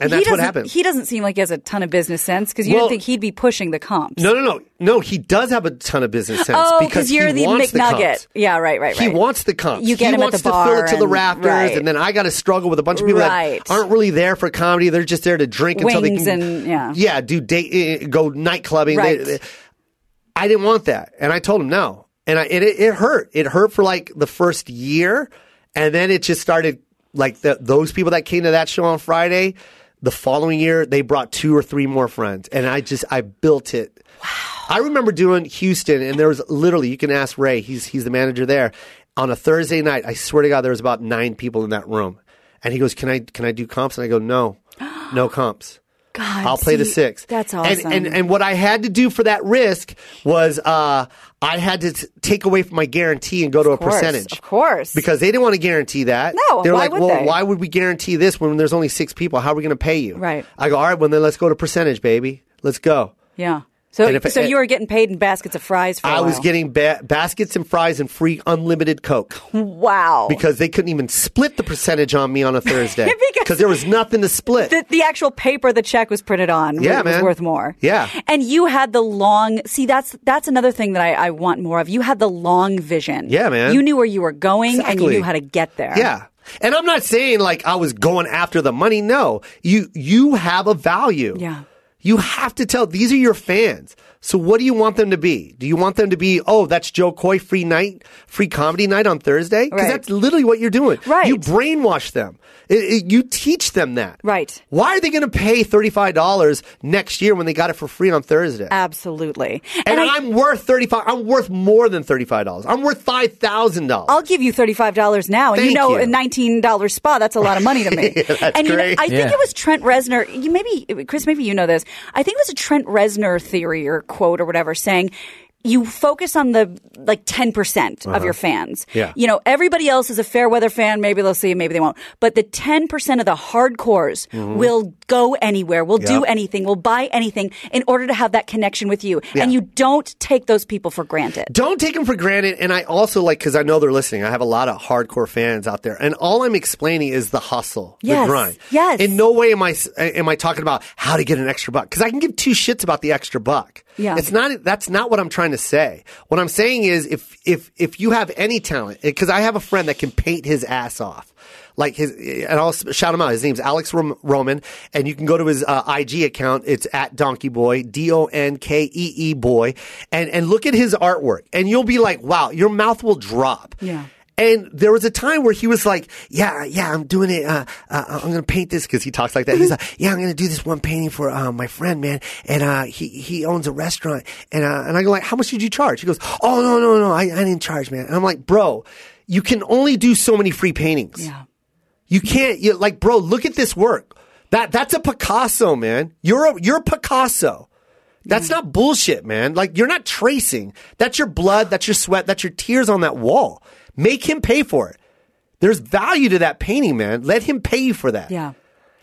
Speaker 2: And
Speaker 3: he
Speaker 2: that's
Speaker 3: doesn't,
Speaker 2: what happens.
Speaker 3: He doesn't seem like he has a ton of business sense because you
Speaker 2: Well-
Speaker 3: didn't think he'd be pushing the comps.
Speaker 2: no, no, no. No, he does have a ton of business sense
Speaker 3: oh,
Speaker 2: because
Speaker 3: you're
Speaker 2: he
Speaker 3: the
Speaker 2: wants the
Speaker 3: McNugget.
Speaker 2: comps.
Speaker 3: yeah, right, right, right.
Speaker 2: He wants the comps.
Speaker 3: You get
Speaker 2: he
Speaker 3: him at
Speaker 2: wants
Speaker 3: the
Speaker 2: to fill
Speaker 3: bar
Speaker 2: it to the
Speaker 3: and-
Speaker 2: rafters,
Speaker 3: right.
Speaker 2: and then I got to struggle with a bunch of people
Speaker 3: Right.
Speaker 2: that aren't really there for comedy. They're just there to drink until
Speaker 3: Wings
Speaker 2: they can,
Speaker 3: and- yeah.
Speaker 2: do date, eh, go nightclubbing.
Speaker 3: Right.
Speaker 2: They- they- I didn't want that, and I told him no, and I, it, it hurt. It hurt for like the first year, and then it just started like the, those people that came to that show on Friday. The following year, they brought two or three more friends, and I just I built it. I remember doing Houston, and there was literally you can ask Ray. He's he's the manager there. On a Thursday night, I swear to God, there was about nine people in that room, and he goes, "Can I can I do comps?" And I go, "No, no
Speaker 3: [gasps]
Speaker 2: comps."
Speaker 3: God,
Speaker 2: I'll play the
Speaker 3: see,
Speaker 2: six.
Speaker 3: That's
Speaker 2: And-
Speaker 3: awesome.
Speaker 2: And, and what I had to do for that risk was uh, I had to t- take away from my guarantee and go to a
Speaker 3: Of course,
Speaker 2: percentage.
Speaker 3: of course,
Speaker 2: Because they didn't want to guarantee that.
Speaker 3: No,
Speaker 2: they were
Speaker 3: why
Speaker 2: like,
Speaker 3: would
Speaker 2: well,
Speaker 3: they?"
Speaker 2: why would we guarantee this when there's only six people? How are we going to pay you?
Speaker 3: Right.
Speaker 2: I go, all right, well, then let's go to percentage, baby. Let's go.
Speaker 3: yeah. So,
Speaker 2: And if it-
Speaker 3: so you were getting paid in baskets of fries for a
Speaker 2: I was
Speaker 3: while.
Speaker 2: getting ba- baskets and fries and free unlimited Coke
Speaker 3: wow
Speaker 2: because they couldn't even split the percentage on me on a Thursday
Speaker 3: [laughs] Because-
Speaker 2: there was nothing to split.
Speaker 3: the, the actual paper the check was printed on
Speaker 2: Yeah,
Speaker 3: was
Speaker 2: man.
Speaker 3: worth more.
Speaker 2: Yeah.
Speaker 3: And you had the long see that's that's another thing that I, I want more of. You had the long vision.
Speaker 2: Yeah, man.
Speaker 3: You knew where you were going and you
Speaker 2: Exactly.
Speaker 3: knew how to get there.
Speaker 2: Yeah. And I'm not saying like I was going after the money. No, you you have a value.
Speaker 3: Yeah.
Speaker 2: You have to tell these are your fans. So what do you want them to be? Do you want them to be, oh, that's Joe Coy free night, free comedy night on Thursday? Because
Speaker 3: Right.
Speaker 2: that's literally what you're doing.
Speaker 3: Right.
Speaker 2: You brainwash them. It- it- you teach them that.
Speaker 3: Right.
Speaker 2: Why are they going to pay $35 next year when they got it for free on Thursday?
Speaker 3: Absolutely.
Speaker 2: and
Speaker 3: Uh, I,
Speaker 2: I'm worth 35 I'm worth more than $35. I'm worth $5,000.
Speaker 3: I'll give you $35 now. And
Speaker 2: Thank
Speaker 3: you know,
Speaker 2: you.
Speaker 3: a $19 spa, that's a lot of money
Speaker 2: [laughs]
Speaker 3: to me. and you know,
Speaker 2: great.
Speaker 3: I think
Speaker 4: Yeah.
Speaker 3: it was Trent Reznor. You maybe, Chris, maybe you know this. I think it was a Trent Reznor theory or quote or whatever saying, you focus on the like 10% percent of your fans.
Speaker 2: Uh-huh. Yeah.
Speaker 3: You know, everybody else is a fair weather fan. Maybe they'll see you, maybe they won't. But the 10% of the hardcores will go anywhere, will do
Speaker 2: Mm-hmm. Yep.
Speaker 3: anything, will buy anything in order to have that connection with you. And
Speaker 2: Yeah.
Speaker 3: you don't take those people for granted.
Speaker 2: don't take them for granted. And I also like because I know they're listening. I have a lot of hardcore fans out there, and all I'm explaining is the hustle,
Speaker 3: Yes,
Speaker 2: the grind.
Speaker 3: yes.
Speaker 2: In no way am I am I talking about how to get an extra buck because I can give two shits about the extra buck.
Speaker 3: Yeah.
Speaker 2: It's not that's not what I'm trying to say. What I'm saying is if if if you have any talent, because I have a friend that can paint his ass off. Like his, and I'll shout him out. His name's Alex Rom- Roman, and you can go to his uh, IG account. It's at Donkey Boy, D O N K E E Boy, and and look at his artwork, and you'll be like, wow, your mouth will drop.
Speaker 3: Yeah.
Speaker 2: And there was a time where he was like, "Yeah, yeah, I'm doing it. Uh, uh, I'm going to paint this because he talks like that. He's like, "Yeah, I'm going to do this one painting for uh, my friend, man. And uh, he he owns a restaurant. And uh, and I go like, how much did you charge? He goes, "Oh no, no, no, I, I didn't charge, man. And I'm like, bro, you can only do so many free paintings.
Speaker 3: Yeah.
Speaker 2: You can't. You like, bro, look at this work. That that's a Picasso, man. You're a, you're a Picasso. That's
Speaker 3: Mm.
Speaker 2: not bullshit, man. Like you're not tracing. That's your blood. That's your sweat. That's your tears on that wall. Make him pay for it. There's value to that painting, man. Let him pay you for that.
Speaker 3: Yeah.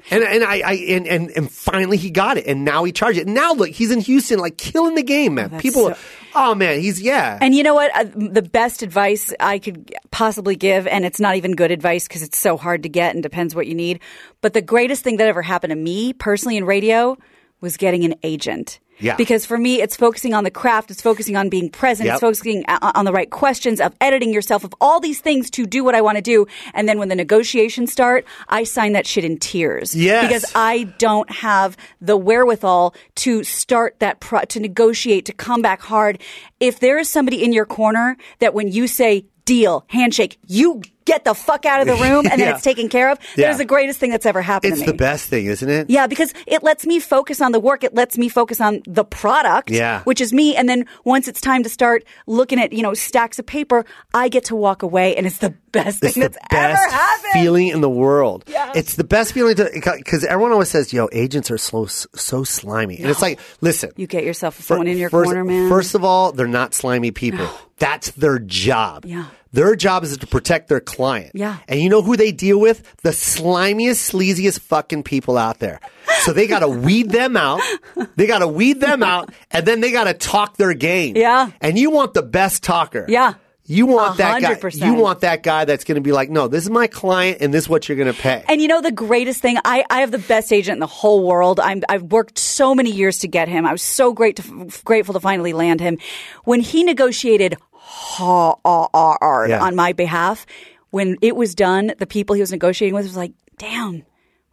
Speaker 2: And and I, I and, and and finally he got it, and now he charged it. Now look, he's in Houston, like killing the game, man.
Speaker 3: that's
Speaker 2: People,
Speaker 3: so-
Speaker 2: oh man, he's yeah.
Speaker 3: And you know what? Uh, The best advice I could possibly give, and it's not even good advice because it's so hard to get and depends what you need. But the greatest thing that ever happened to me personally in radio was getting an agent.
Speaker 2: Yeah.
Speaker 3: Because for me, it's focusing on the craft. It's focusing on being present.
Speaker 2: Yep.
Speaker 3: It's focusing o- on the right questions of editing yourself of all these things to do what I want to do. And then when the negotiations start, I sign that shit in tears.
Speaker 2: Yes.
Speaker 3: Because I don't have the wherewithal to start that pro- to negotiate to come back hard. If there is somebody in your corner that when you say deal, handshake. You get the fuck out of the room, and
Speaker 2: [laughs]
Speaker 3: then
Speaker 2: Yeah.
Speaker 3: it's taken care of. That
Speaker 2: Yeah.
Speaker 3: is the greatest thing that's ever happened.
Speaker 2: It's
Speaker 3: to me.
Speaker 2: the best thing, isn't it?
Speaker 3: Yeah, because it lets me focus on the work. It lets me focus on the product,
Speaker 2: Yeah.
Speaker 3: which is me. And then once it's time to start looking at, you know, stacks of paper, I get to walk away and it's the [laughs] best
Speaker 2: It's
Speaker 3: thing
Speaker 2: the
Speaker 3: that's ever
Speaker 2: best
Speaker 3: happened.
Speaker 2: feeling in the world. It's the best feeling because everyone always says, "Yo, agents are so so slimy," and it's like, listen,
Speaker 3: you get yourself
Speaker 2: Fir-
Speaker 3: someone in your
Speaker 2: first,
Speaker 3: corner, man.
Speaker 2: First of all, they're not slimy
Speaker 3: [gasps]
Speaker 2: people. That's their job.
Speaker 3: Yeah.
Speaker 2: Their job is to protect their client.
Speaker 3: Yeah.
Speaker 2: And you know who they deal with? The slimiest, sleaziest fucking people out there. So they
Speaker 3: [laughs]
Speaker 2: got to weed them out. They got to weed them out, and then they got to talk their game.
Speaker 3: Yeah.
Speaker 2: And you want the best talker.
Speaker 3: Yeah.
Speaker 2: You want that guy.
Speaker 3: 100%.
Speaker 2: You want that guy that's going to be like, no, this is my client, and this is what you're going to pay.
Speaker 3: And you know the greatest thing? I, I have the best agent in the whole world. I'm, I've worked so many years to get him. I was so great to, grateful to finally land him. When he negotiated hard
Speaker 2: Yeah.
Speaker 3: on my behalf, when it was done, the people he was negotiating with was like, damn.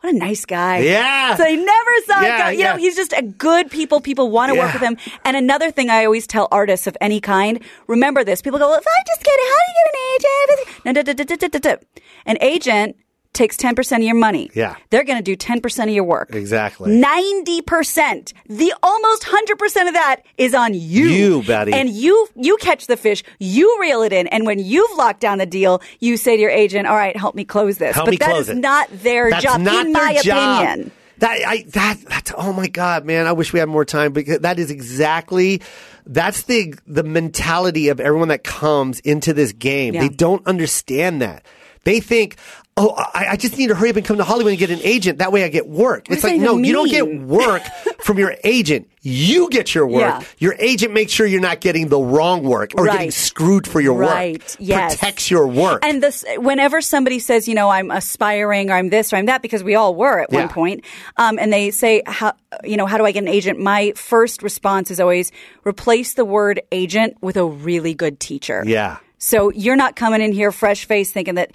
Speaker 3: What a nice guy.
Speaker 2: Yeah.
Speaker 3: So they never
Speaker 2: Yeah,
Speaker 3: saw it go. You
Speaker 2: yeah.
Speaker 3: know, he's just a good people. People want to
Speaker 2: Yeah.
Speaker 3: work with him. And another thing I always tell artists of any kind, remember this. People go, well, if I just get it, how do you get an agent? No, da, da, da, da, da, da. An agent takes 10% of your money.
Speaker 2: Yeah.
Speaker 3: They're going to do 10% of your work.
Speaker 2: Exactly.
Speaker 3: 90%. The almost 100% of that is on you.
Speaker 2: You, Betty.
Speaker 3: And you you catch the fish, you reel it in, and when you've locked down the deal, you say to your agent, "All right, help me close this."
Speaker 2: Help
Speaker 3: but
Speaker 2: me
Speaker 3: that
Speaker 2: close
Speaker 3: is
Speaker 2: it.
Speaker 3: not their
Speaker 2: That's
Speaker 3: job
Speaker 2: not
Speaker 3: in
Speaker 2: their
Speaker 3: my
Speaker 2: job.
Speaker 3: opinion.
Speaker 2: That I that that's oh my god, man! I wish we had more time because that is exactly that's the the mentality of everyone that comes into this game.
Speaker 3: Yeah.
Speaker 2: They don't understand that. They think, oh, I, I just need to hurry up and come to Hollywood and get an agent. That way, I get work.
Speaker 3: What
Speaker 2: it's
Speaker 3: does
Speaker 2: like
Speaker 3: that
Speaker 2: no,
Speaker 3: even
Speaker 2: you don't get
Speaker 3: mean? [laughs]
Speaker 2: work from your agent. You get your work.
Speaker 3: Yeah.
Speaker 2: Your agent makes sure you're not getting the wrong work or getting
Speaker 3: Right.
Speaker 2: screwed for your
Speaker 3: right.
Speaker 2: work.
Speaker 3: Yes.
Speaker 2: Protects your work.
Speaker 3: And this, whenever somebody says, you know, I'm aspiring or I'm this or I'm that, because we all were at
Speaker 2: Yeah.
Speaker 3: one point, um, and they say, how, you know, how do I get an agent? My first response is always replace the word agent with a really good teacher.
Speaker 2: yeah.
Speaker 3: So you're not coming in here fresh face thinking that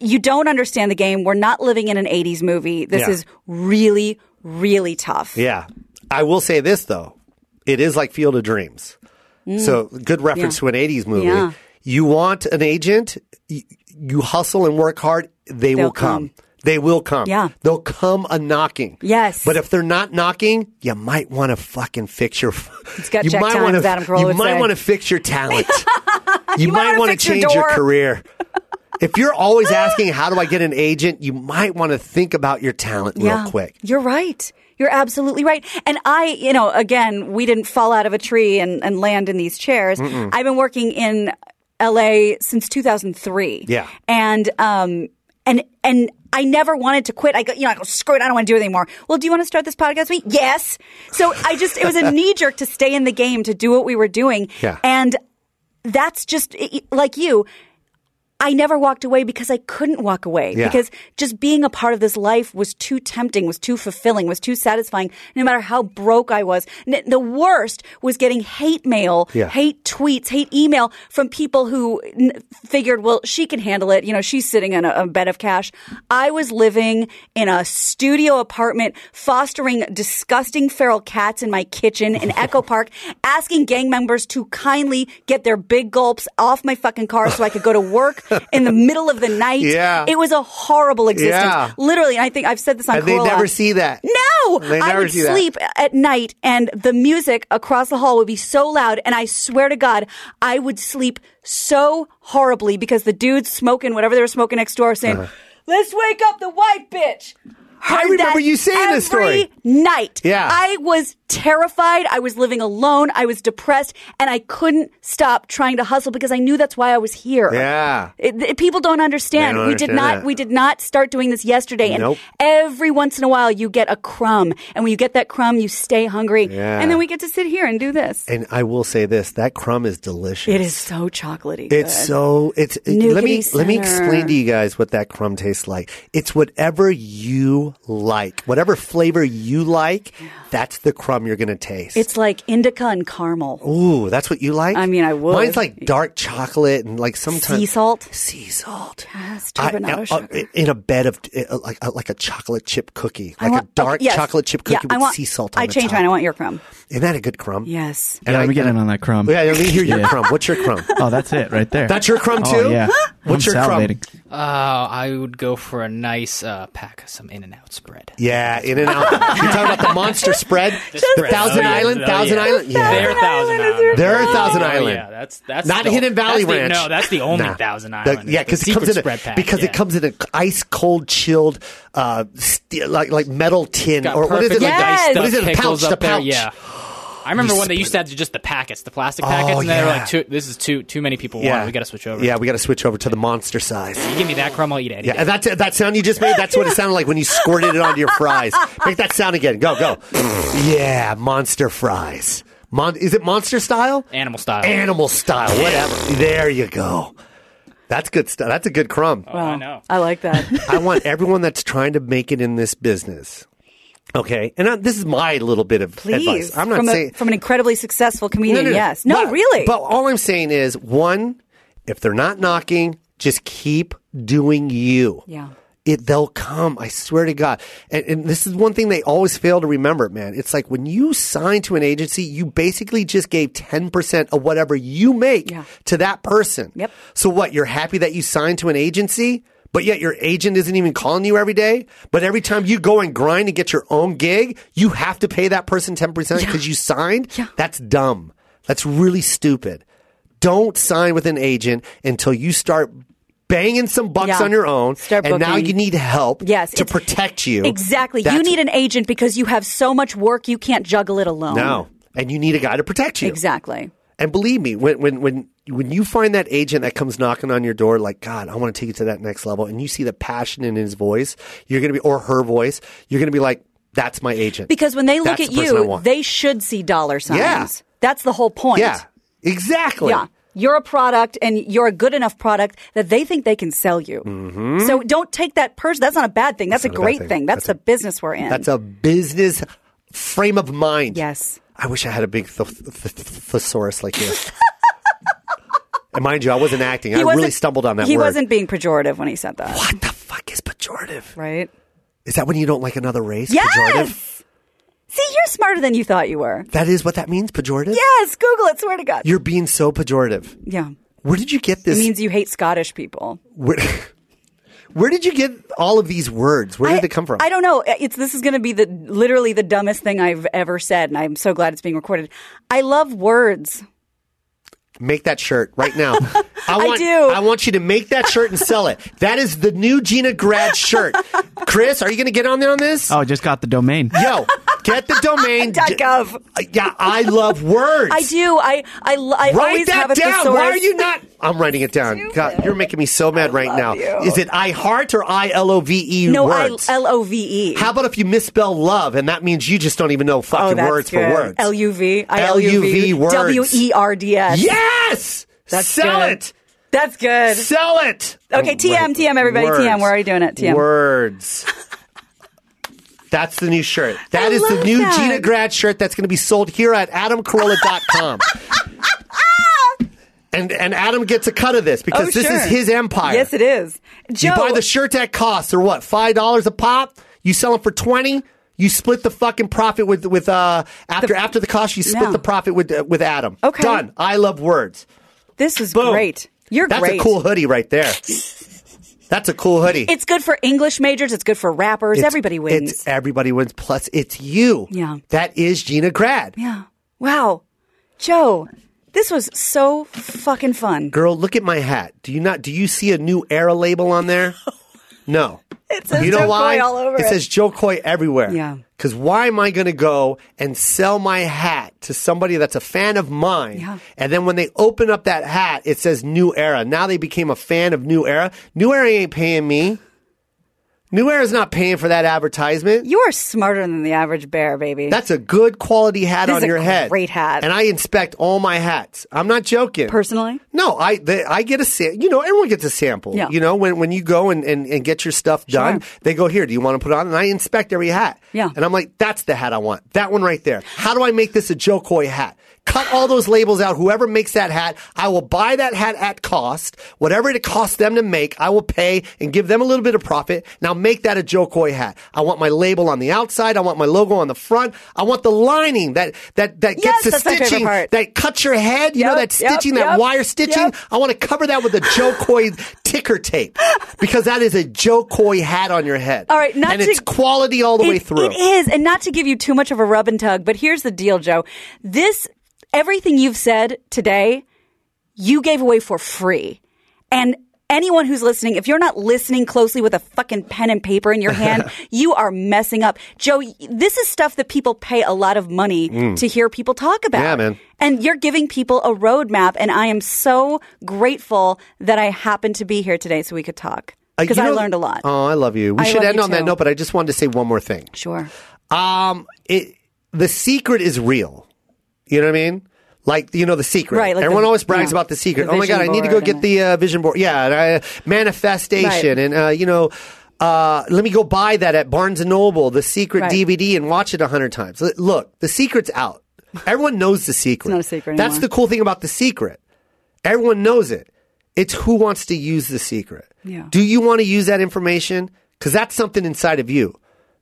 Speaker 3: you don't understand the game. We're not living in an 80s movie. This
Speaker 2: Yeah.
Speaker 3: is really, really tough.
Speaker 2: Yeah. I will say this though. It is like Field of Dreams. So good reference
Speaker 3: Mm. Yeah.
Speaker 2: to an 80s movie.
Speaker 3: Yeah.
Speaker 2: You want an agent, you, you hustle and work hard, they
Speaker 3: They'll
Speaker 2: will come.
Speaker 3: come.
Speaker 2: They will come.
Speaker 3: Yeah.
Speaker 2: They'll come a knocking.
Speaker 3: Yes.
Speaker 2: But if they're not knocking, you might want to fucking fix your.
Speaker 3: [laughs]
Speaker 2: It's
Speaker 3: got
Speaker 2: you
Speaker 3: Jack
Speaker 2: might
Speaker 3: Times,
Speaker 2: wanna,
Speaker 3: Adam Carolla
Speaker 2: You
Speaker 3: would
Speaker 2: might
Speaker 3: say.
Speaker 2: want to fix your
Speaker 3: [laughs]
Speaker 2: talent. you,
Speaker 3: might
Speaker 2: might
Speaker 3: wanna
Speaker 2: want to
Speaker 3: fix your
Speaker 2: change your
Speaker 3: door. [laughs]
Speaker 2: career. If you're always asking, how do I get an agent? You might want to think about your talent real quick.
Speaker 3: You're right. You're absolutely right. And I, you know, again, we didn't fall out of a tree and, and land in these chairs. I've been working in LA since 2003.
Speaker 2: Yeah.
Speaker 3: And, um, and, and, I never wanted to quit. I go, you know, I go, screw it. I don't want to do it anymore. Well, do you want to start this podcast with me? Yes. So I just, it was a [laughs] knee jerk to stay in the game, to do what we were doing.
Speaker 2: Yeah.
Speaker 3: And that's just i- i- like you. I never walked away because I couldn't walk away
Speaker 2: Yeah.
Speaker 3: because just being a part of this life was too tempting, was too fulfilling, was too satisfying. No matter how broke I was, N- the worst was getting hate mail,
Speaker 2: Yeah.
Speaker 3: hate tweets, hate email from people who n- figured, well, she can handle it. You know, she's sitting in a, a bed of cash. I was living in a studio apartment, fostering disgusting feral cats in my kitchen in
Speaker 2: [laughs]
Speaker 3: Echo Park, asking gang members to kindly get their big gulps off my fucking car so I could go to work in the middle of the
Speaker 2: [laughs]
Speaker 3: night.
Speaker 2: Yeah.
Speaker 3: It was a horrible existence.
Speaker 2: Yeah.
Speaker 3: Literally, and I think I've said this on
Speaker 2: And they
Speaker 3: Corolla.
Speaker 2: never see that.
Speaker 3: No,
Speaker 2: They
Speaker 3: I
Speaker 2: never
Speaker 3: would
Speaker 2: see that.
Speaker 3: sleep at night, and the music across the hall would be so loud. And I swear to God, I would sleep so horribly because the dudes smoking whatever they were smoking next door saying,
Speaker 2: Uh-huh.
Speaker 3: "Let's wake up the white bitch." Heard
Speaker 2: remember
Speaker 3: that
Speaker 2: you saying this
Speaker 3: every
Speaker 2: story.
Speaker 3: Night.
Speaker 2: Yeah.
Speaker 3: I was terrified. I was living alone. I was depressed, and I couldn't stop trying to hustle because I knew that's why I was here.
Speaker 2: Yeah.
Speaker 3: It, it- people don't understand.
Speaker 2: They don't
Speaker 3: we did
Speaker 2: understand
Speaker 3: not.
Speaker 2: that.
Speaker 3: We did not start doing this yesterday. And
Speaker 2: Nope.
Speaker 3: every once in a while, you get a crumb, and when you get that crumb, you stay hungry,
Speaker 2: Yeah.
Speaker 3: and then we get to sit here and do this.
Speaker 2: And I will say this: that crumb is delicious.
Speaker 3: It is so chocolatey.
Speaker 2: It's
Speaker 3: good.
Speaker 2: so. It's let me
Speaker 3: Nougaty
Speaker 2: let me
Speaker 3: center.
Speaker 2: explain to you guys what that crumb tastes like. It's whatever you like. Whatever flavor you like, that's the crumb you're going to taste.
Speaker 3: It's like indica and caramel.
Speaker 2: Ooh, that's what you like?
Speaker 3: I mean, I would.
Speaker 2: Mine's like dark chocolate and like sometimes.
Speaker 3: Sea salt.
Speaker 2: Sea salt.
Speaker 3: Yes,
Speaker 2: I-
Speaker 3: turbinado
Speaker 2: uh,
Speaker 3: sugar.
Speaker 2: uh, in a bed of uh, like uh, like a chocolate chip cookie,
Speaker 3: I
Speaker 2: like
Speaker 3: want-
Speaker 2: a dark
Speaker 3: okay, yes.
Speaker 2: chocolate chip
Speaker 3: Yeah,
Speaker 2: cookie
Speaker 3: I
Speaker 2: with
Speaker 3: want-
Speaker 2: sea salt on
Speaker 3: I
Speaker 2: the
Speaker 3: changed
Speaker 2: top.
Speaker 3: mine. I want your crumb.
Speaker 2: Isn't that a good crumb?
Speaker 3: Yes.
Speaker 4: yeah,
Speaker 2: And I-
Speaker 4: let me get in on that crumb.
Speaker 2: Yeah, let me hear your
Speaker 4: Yeah.
Speaker 2: crumb. What's your
Speaker 5: [laughs]
Speaker 2: crumb?
Speaker 4: Oh, that's it right there.
Speaker 2: That's your crumb too.
Speaker 4: Oh, yeah.
Speaker 2: What's
Speaker 4: I'm
Speaker 2: your crumb?
Speaker 4: salivating.
Speaker 5: Uh, I would go for a nice uh, pack of some In and Out spread.
Speaker 2: Yeah, in and out. You're talking about the monster spread,
Speaker 5: [laughs]
Speaker 2: the
Speaker 5: Spread.
Speaker 2: Thousand
Speaker 5: Oh, yeah.
Speaker 2: Island,
Speaker 5: Oh,
Speaker 2: Thousand
Speaker 5: yeah.
Speaker 2: Island.
Speaker 5: Their
Speaker 2: Yeah,
Speaker 5: Thousand
Speaker 3: Island is
Speaker 5: Island.
Speaker 2: there are
Speaker 5: Oh,
Speaker 2: Thousand
Speaker 5: Yeah,
Speaker 2: Island.
Speaker 5: that's that's
Speaker 2: Not
Speaker 5: the-
Speaker 2: Hidden Valley
Speaker 5: that's the-
Speaker 2: Ranch.
Speaker 5: no, that's the only
Speaker 2: Nah.
Speaker 5: Thousand
Speaker 2: The-
Speaker 5: Island.
Speaker 2: yeah,
Speaker 5: It's
Speaker 2: because
Speaker 5: the
Speaker 2: it comes in
Speaker 5: secret
Speaker 2: a,
Speaker 5: spread pack,
Speaker 2: because
Speaker 5: yeah.
Speaker 2: it comes in an ice cold, chilled, uh, st- like like metal tin
Speaker 5: Got
Speaker 2: or what is it?
Speaker 5: perfectly
Speaker 2: Like
Speaker 3: Yes.
Speaker 5: diced
Speaker 2: what
Speaker 5: up
Speaker 2: is it? A pouch?
Speaker 5: pickles
Speaker 2: The
Speaker 5: up there,
Speaker 2: pouch.
Speaker 5: Yeah. I remember when they used to have just the packets, the plastic packets,
Speaker 2: Oh,
Speaker 5: and they were
Speaker 2: yeah.
Speaker 5: like, too, "This is too too many people want. it. We got to switch over."
Speaker 2: Yeah, we got to switch over to the monster size.
Speaker 5: you give me that crumb, I'll eat it. any
Speaker 2: Yeah,
Speaker 5: day.
Speaker 2: and that's that sound you just made. That's what it sounded like when you squirted it onto your fries. Make that sound again. Go, go. Yeah, monster fries. Mon- is it monster style?
Speaker 5: animal style.
Speaker 2: Animal style, whatever. There you go. That's good stuff. That's a good crumb.
Speaker 5: I know.
Speaker 3: I
Speaker 2: [laughs]
Speaker 3: like that.
Speaker 2: I want everyone that's trying to make it in this business. Okay, and I, this is my little bit of
Speaker 3: Please.
Speaker 2: advice. I'm not
Speaker 3: from, a-
Speaker 2: saying
Speaker 3: from an incredibly successful comedian, yes. No,
Speaker 2: But-
Speaker 3: really.
Speaker 2: But all I'm saying is, one, if they're not knocking, just keep doing you.
Speaker 3: Yeah.
Speaker 2: It, they'll come. I swear to God. And, and this is one thing they always fail to remember, man. It's like when you sign to an agency, you basically just gave 10% of whatever you make
Speaker 3: Yeah.
Speaker 2: to that person.
Speaker 3: Yep.
Speaker 2: So what? You're happy that you signed to an agency, but yet your agent isn't even calling you every day. But every time you go and grind and get your own gig, you have to pay that person 10% because you signed.
Speaker 3: Yeah.
Speaker 2: That's dumb. That's really stupid. Don't sign with an agent until you start banging some bucks
Speaker 3: Yeah.
Speaker 2: on your own.
Speaker 3: Start
Speaker 2: and now
Speaker 3: booking.
Speaker 2: you need help
Speaker 3: Yes,
Speaker 2: to
Speaker 3: it's-
Speaker 2: protect you.
Speaker 3: Exactly. you
Speaker 2: That's-
Speaker 3: need an agent because you have so much work you can't juggle it alone.
Speaker 2: No. And you need a guy to protect you.
Speaker 3: Exactly.
Speaker 2: And believe me, when when when when you find that agent that comes knocking on your door, like God, I want to take you to that next level, and you see the passion in his voice, you're gonna be or her voice, you're gonna be like, "That's my agent."
Speaker 3: Because when they look
Speaker 2: That's
Speaker 3: at
Speaker 2: the person I
Speaker 3: you,
Speaker 2: want.
Speaker 3: they should see dollar signs.
Speaker 2: Yeah.
Speaker 3: That's the whole point.
Speaker 2: yeah, exactly.
Speaker 3: Yeah. You're a product and you're a good enough product that they think they can sell you. So don't take that person. That's not a bad thing. That's, a
Speaker 2: Mm-hmm. not a bad
Speaker 3: great
Speaker 2: thing.
Speaker 3: thing. That's, the business we're in.
Speaker 2: That's a business frame of mind.
Speaker 3: Yes.
Speaker 2: I wish I had a big th- th- th- thesaurus like
Speaker 3: [laughs]
Speaker 2: you. and mind you, I wasn't acting. I really
Speaker 3: wasn't-
Speaker 2: stumbled on that
Speaker 3: He
Speaker 2: word.
Speaker 3: wasn't being pejorative when he said that.
Speaker 2: What the fuck is pejorative?
Speaker 3: Right?
Speaker 2: Is that when you don't like another race? Pejorative?
Speaker 3: Yes! See, you're smarter than you thought you were.
Speaker 2: That is what that means, pejorative?
Speaker 3: Yes, Google it, swear to God.
Speaker 2: You're being so pejorative.
Speaker 3: yeah.
Speaker 2: Where did you get this?
Speaker 3: It means you hate Scottish people.
Speaker 2: where, [laughs] where did you get all of these words? Where did they come from?
Speaker 3: I don't know. It's this is going to be the literally the dumbest thing I've ever said, and I'm so glad it's being recorded. I love words.
Speaker 2: Make that shirt right now. [laughs] I want,
Speaker 3: do.
Speaker 2: I want you to make that shirt and sell it. That is the new Gina Grad [laughs] shirt. Chris, are you going to get on there on this?
Speaker 4: Oh, I just got the domain.
Speaker 2: Yo, get the [laughs] domain.
Speaker 3: Dot gov.
Speaker 2: Yeah, I love words.
Speaker 3: I do. I I, I
Speaker 2: Write
Speaker 3: always have
Speaker 2: that
Speaker 3: a
Speaker 2: down.
Speaker 3: thesaurus.
Speaker 2: Why are you
Speaker 3: [laughs]
Speaker 2: not? I'm writing it down. God, you're making me so mad right now.
Speaker 3: you.
Speaker 2: Is it I heart or I L O V E
Speaker 3: No, I
Speaker 2: words?
Speaker 3: L O V E.
Speaker 2: How about if you misspell love and that means you just don't even know
Speaker 3: Oh,
Speaker 2: fucking
Speaker 3: that's
Speaker 2: words
Speaker 3: good.
Speaker 2: for words?
Speaker 3: L U V. I L U
Speaker 2: L-U-V
Speaker 3: V.
Speaker 2: words.
Speaker 3: W E R D S.
Speaker 2: Yes!
Speaker 3: That's
Speaker 2: Sell
Speaker 3: good.
Speaker 2: it!
Speaker 3: That's good.
Speaker 2: Sell it!
Speaker 3: Okay, TM, TM, everybody, TM. We're already doing it. TM.
Speaker 2: Words. That's the new shirt. That
Speaker 3: I
Speaker 2: is the
Speaker 3: love
Speaker 2: new
Speaker 3: that.
Speaker 2: Gina Grad shirt that's going to be sold here at
Speaker 3: [laughs]
Speaker 2: adamcarolla.com. and and Adam gets a cut of this because
Speaker 3: Oh,
Speaker 2: this
Speaker 3: sure.
Speaker 2: is his empire.
Speaker 3: Yes, it is. Joe,
Speaker 2: You buy the shirt at cost or what? Five dollars a pop. You sell them for twenty. You split the fucking profit with with uh after after the cost. You split
Speaker 3: Yeah.
Speaker 2: the profit with uh, with Adam.
Speaker 3: Okay.
Speaker 2: done. I love words.
Speaker 3: this is
Speaker 2: Boom.
Speaker 3: great. You're
Speaker 2: That's
Speaker 3: great.
Speaker 2: a cool hoodie right there. That's a cool hoodie.
Speaker 3: It's good for English majors. It's good for rappers.
Speaker 2: It's-
Speaker 3: Everybody wins.
Speaker 2: It's everybody wins. Plus, it's you.
Speaker 3: Yeah.
Speaker 2: That is Gina Grad.
Speaker 3: yeah. Wow, Joe, this was so fucking fun.
Speaker 2: Girl, look at my hat. Do you not? Do you see a new era label on
Speaker 3: [laughs]
Speaker 2: there? No.
Speaker 3: It says
Speaker 2: you know
Speaker 3: Joe
Speaker 2: why?
Speaker 3: Coy all over
Speaker 2: it
Speaker 3: it.
Speaker 2: says Joe Coy everywhere.
Speaker 3: Yeah.
Speaker 2: Because why am I going to go and sell my hat to somebody that's a fan of mine?
Speaker 3: Yeah.
Speaker 2: And then when they open up that hat, it says New Era. Now they became a fan of New Era. New Era ain't paying me. New Era's not paying for that advertisement.
Speaker 3: You are smarter than the average bear, baby.
Speaker 2: That's a good quality hat
Speaker 3: This
Speaker 2: on
Speaker 3: is a
Speaker 2: your head.
Speaker 3: great hat.
Speaker 2: And I inspect all my hats. I'm not joking.
Speaker 3: personally.
Speaker 2: No, I they, I get a sam- you know everyone gets a sample.
Speaker 3: Yeah.
Speaker 2: You know when, when you go and, and, and get your stuff done, they go here. Do you want to put it on? And I inspect every hat.
Speaker 3: Yeah.
Speaker 2: and I'm like, that's the hat I want. That one right there. How do I make this a Joe Coy hat? Cut all those labels out. Whoever makes that hat, I will buy that hat at cost. Whatever it costs them to make, I will pay and give them a little bit of profit. Now make that a Joe Coy hat. I want my label on the outside. I want my logo on the front. I want the lining that that that gets
Speaker 3: Yes,
Speaker 2: the
Speaker 3: that's my favorite
Speaker 2: stitching
Speaker 3: part.
Speaker 2: that cuts your head. You know
Speaker 3: Yep,
Speaker 2: that
Speaker 3: yep,
Speaker 2: stitching, that
Speaker 3: yep,
Speaker 2: wire stitching.
Speaker 3: yep.
Speaker 2: I want to cover that with a Joe Coy ticker tape because that is a Joe Coy hat on your head.
Speaker 3: All right, not
Speaker 2: and
Speaker 3: to-
Speaker 2: it's quality all the way
Speaker 3: It-
Speaker 2: through.
Speaker 3: It is, and not to give you too much of a rub and tug, but here's the deal, Joe. This everything you've said today, you gave away for free, and. Anyone who's listening, if you're not listening closely with a fucking pen and
Speaker 2: [laughs]
Speaker 3: paper in your hand, you are messing up. Joe, this is stuff that people pay a lot of money to hear people talk about.
Speaker 2: Mm. Yeah, man.
Speaker 3: And you're giving people a roadmap, and I am so grateful that I happened to be here today so we could talk.
Speaker 2: Uh,
Speaker 3: Because
Speaker 2: you
Speaker 3: I
Speaker 2: know-
Speaker 3: learned a lot.
Speaker 2: Oh, I love you. We
Speaker 3: I
Speaker 2: should
Speaker 3: love
Speaker 2: end
Speaker 3: you
Speaker 2: on that
Speaker 3: too.
Speaker 2: note, but I just wanted to say one more thing.
Speaker 3: sure.
Speaker 2: Um, it the secret is real. You know what I mean? Like you know the secret.
Speaker 3: Right, like
Speaker 2: Everyone
Speaker 3: the-
Speaker 2: always brags
Speaker 3: yeah.
Speaker 2: about the secret.
Speaker 3: The
Speaker 2: oh my god, I
Speaker 3: vision
Speaker 2: need to go
Speaker 3: board
Speaker 2: get
Speaker 3: and
Speaker 2: the uh, vision board. Yeah, and, uh, manifestation,
Speaker 3: Right.
Speaker 2: and uh, you know, uh, let me go buy that at Barnes and Noble, the secret
Speaker 3: Right.
Speaker 2: DVD, and watch it a hundred times. L- Look, the secret's out. Everyone knows the secret.
Speaker 3: not a secret
Speaker 2: That's
Speaker 3: anymore.
Speaker 2: the cool thing about the secret. Everyone knows it. It's who wants to use the secret.
Speaker 3: Yeah.
Speaker 2: Do you want to use that information? Because that's something inside of you.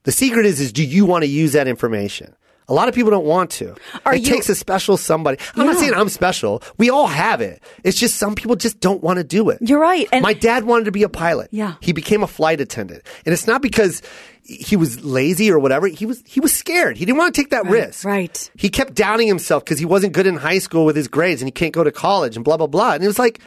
Speaker 2: The secret is, is do you want to use that information? A lot of people don't want to.
Speaker 3: Are
Speaker 2: it
Speaker 3: you-
Speaker 2: takes a special somebody. I'm not
Speaker 3: Yeah.
Speaker 2: saying I'm special. We all have it. It's just some people just don't want to do it.
Speaker 3: You're right, and-
Speaker 2: My dad wanted to be a pilot.
Speaker 3: Yeah.
Speaker 2: He became a flight attendant. And it's not because he was lazy or whatever. He was he was scared. He didn't want to take that risk.
Speaker 3: right.
Speaker 2: He kept downing himself because he wasn't good in high school with his grades and he can't go to college and blah blah blah. And it was like,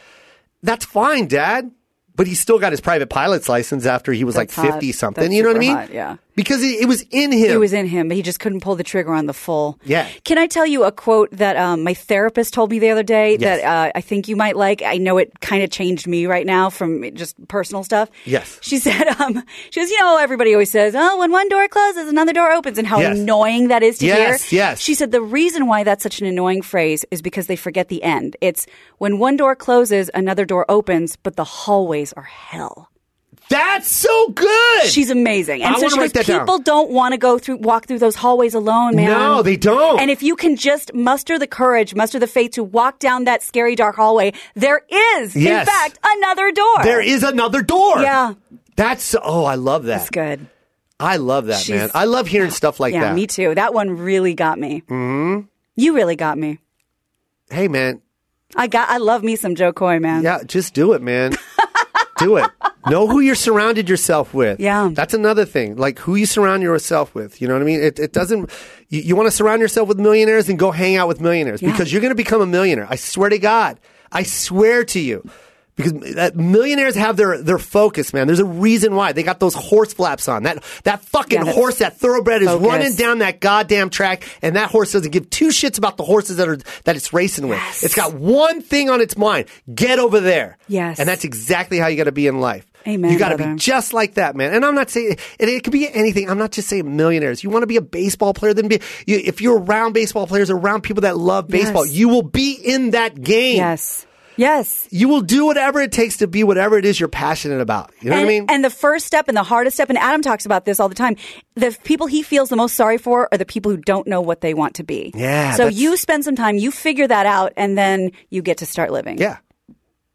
Speaker 2: that's fine, Dad. But he still got his private pilot's license after he was
Speaker 3: That's
Speaker 2: like
Speaker 3: hot.
Speaker 2: fifty something.
Speaker 3: That's
Speaker 2: you know what I
Speaker 3: super
Speaker 2: mean?
Speaker 3: hot, yeah.
Speaker 2: Because it, it was in him.
Speaker 3: It was in him, but he just couldn't pull the trigger on the full.
Speaker 2: Yeah.
Speaker 3: Can I tell you a quote that um, my therapist told me the other day
Speaker 2: Yes.
Speaker 3: that uh, I think you might like? I know it kind of changed me right now from just personal stuff.
Speaker 2: Yes.
Speaker 3: She [laughs] said, um, she goes, you know, everybody always says, oh, when one door closes, another door opens, and how
Speaker 2: Yes.
Speaker 3: annoying that is to
Speaker 2: Yes,
Speaker 3: hear.
Speaker 2: yes.
Speaker 3: She said the reason why that's such an annoying phrase is because they forget the end. It's when one door closes, another door opens, but the hallways are hell.
Speaker 2: That's so good.
Speaker 3: She's amazing.
Speaker 2: I
Speaker 3: And so
Speaker 2: wanna
Speaker 3: she
Speaker 2: write
Speaker 3: goes,
Speaker 2: that down.
Speaker 3: people don't want to go through walk through those hallways alone, man.
Speaker 2: No, they don't.
Speaker 3: And if you can just muster the courage, muster the faith to walk down that scary dark hallway, there
Speaker 2: Yes.
Speaker 3: is, in fact, another door.
Speaker 2: there is another door.
Speaker 3: Yeah.
Speaker 2: That's oh, I love that.
Speaker 3: That's good.
Speaker 2: I love that,
Speaker 3: She's-
Speaker 2: man. I love hearing stuff like
Speaker 3: Yeah,
Speaker 2: that.
Speaker 3: me too. That one really got me. Mm-hmm. You really got me.
Speaker 2: Hey, man.
Speaker 3: I got. I love me some Joe Coy, man.
Speaker 2: Yeah, just do it,
Speaker 3: [laughs]
Speaker 2: man. do it. Know who you're surrounded yourself with.
Speaker 3: Yeah.
Speaker 2: That's another thing. Like who you surround yourself with. You know what I mean? It, it doesn't, you, you want to surround yourself with millionaires and go hang out with millionaires
Speaker 3: Yeah.
Speaker 2: because you're going to become a millionaire. I swear to God. I swear to you. Because that millionaires have their, their focus, man. There's a reason why they got those horse flaps on. That that fucking
Speaker 3: Yeah, that's
Speaker 2: horse, that thoroughbred, is
Speaker 3: focus.
Speaker 2: running down that goddamn track, and that horse doesn't give two shits about the horses that are that it's racing with.
Speaker 3: Yes.
Speaker 2: It's got one thing on its mind: get over there.
Speaker 3: Yes.
Speaker 2: And that's exactly how you got to be in life.
Speaker 3: Amen,
Speaker 2: You got to be
Speaker 3: brother.
Speaker 2: just like that, man. And I'm not saying it, it could be anything. I'm not just saying millionaires. You want to be a baseball player, then be you, if you're around baseball players, around people that love baseball,
Speaker 3: Yes.
Speaker 2: you will be in that game.
Speaker 3: Yes. Yes.
Speaker 2: You will do whatever it takes to be whatever it is you're passionate about. You know
Speaker 3: and,
Speaker 2: what I mean?
Speaker 3: and the first step and the hardest step, and Adam talks about this all the time. The people he feels the most sorry for are the people who don't know what they want to be.
Speaker 2: Yeah,
Speaker 3: So
Speaker 2: that's-
Speaker 3: you spend some time, you figure that out, and then you get to start living.
Speaker 2: yeah.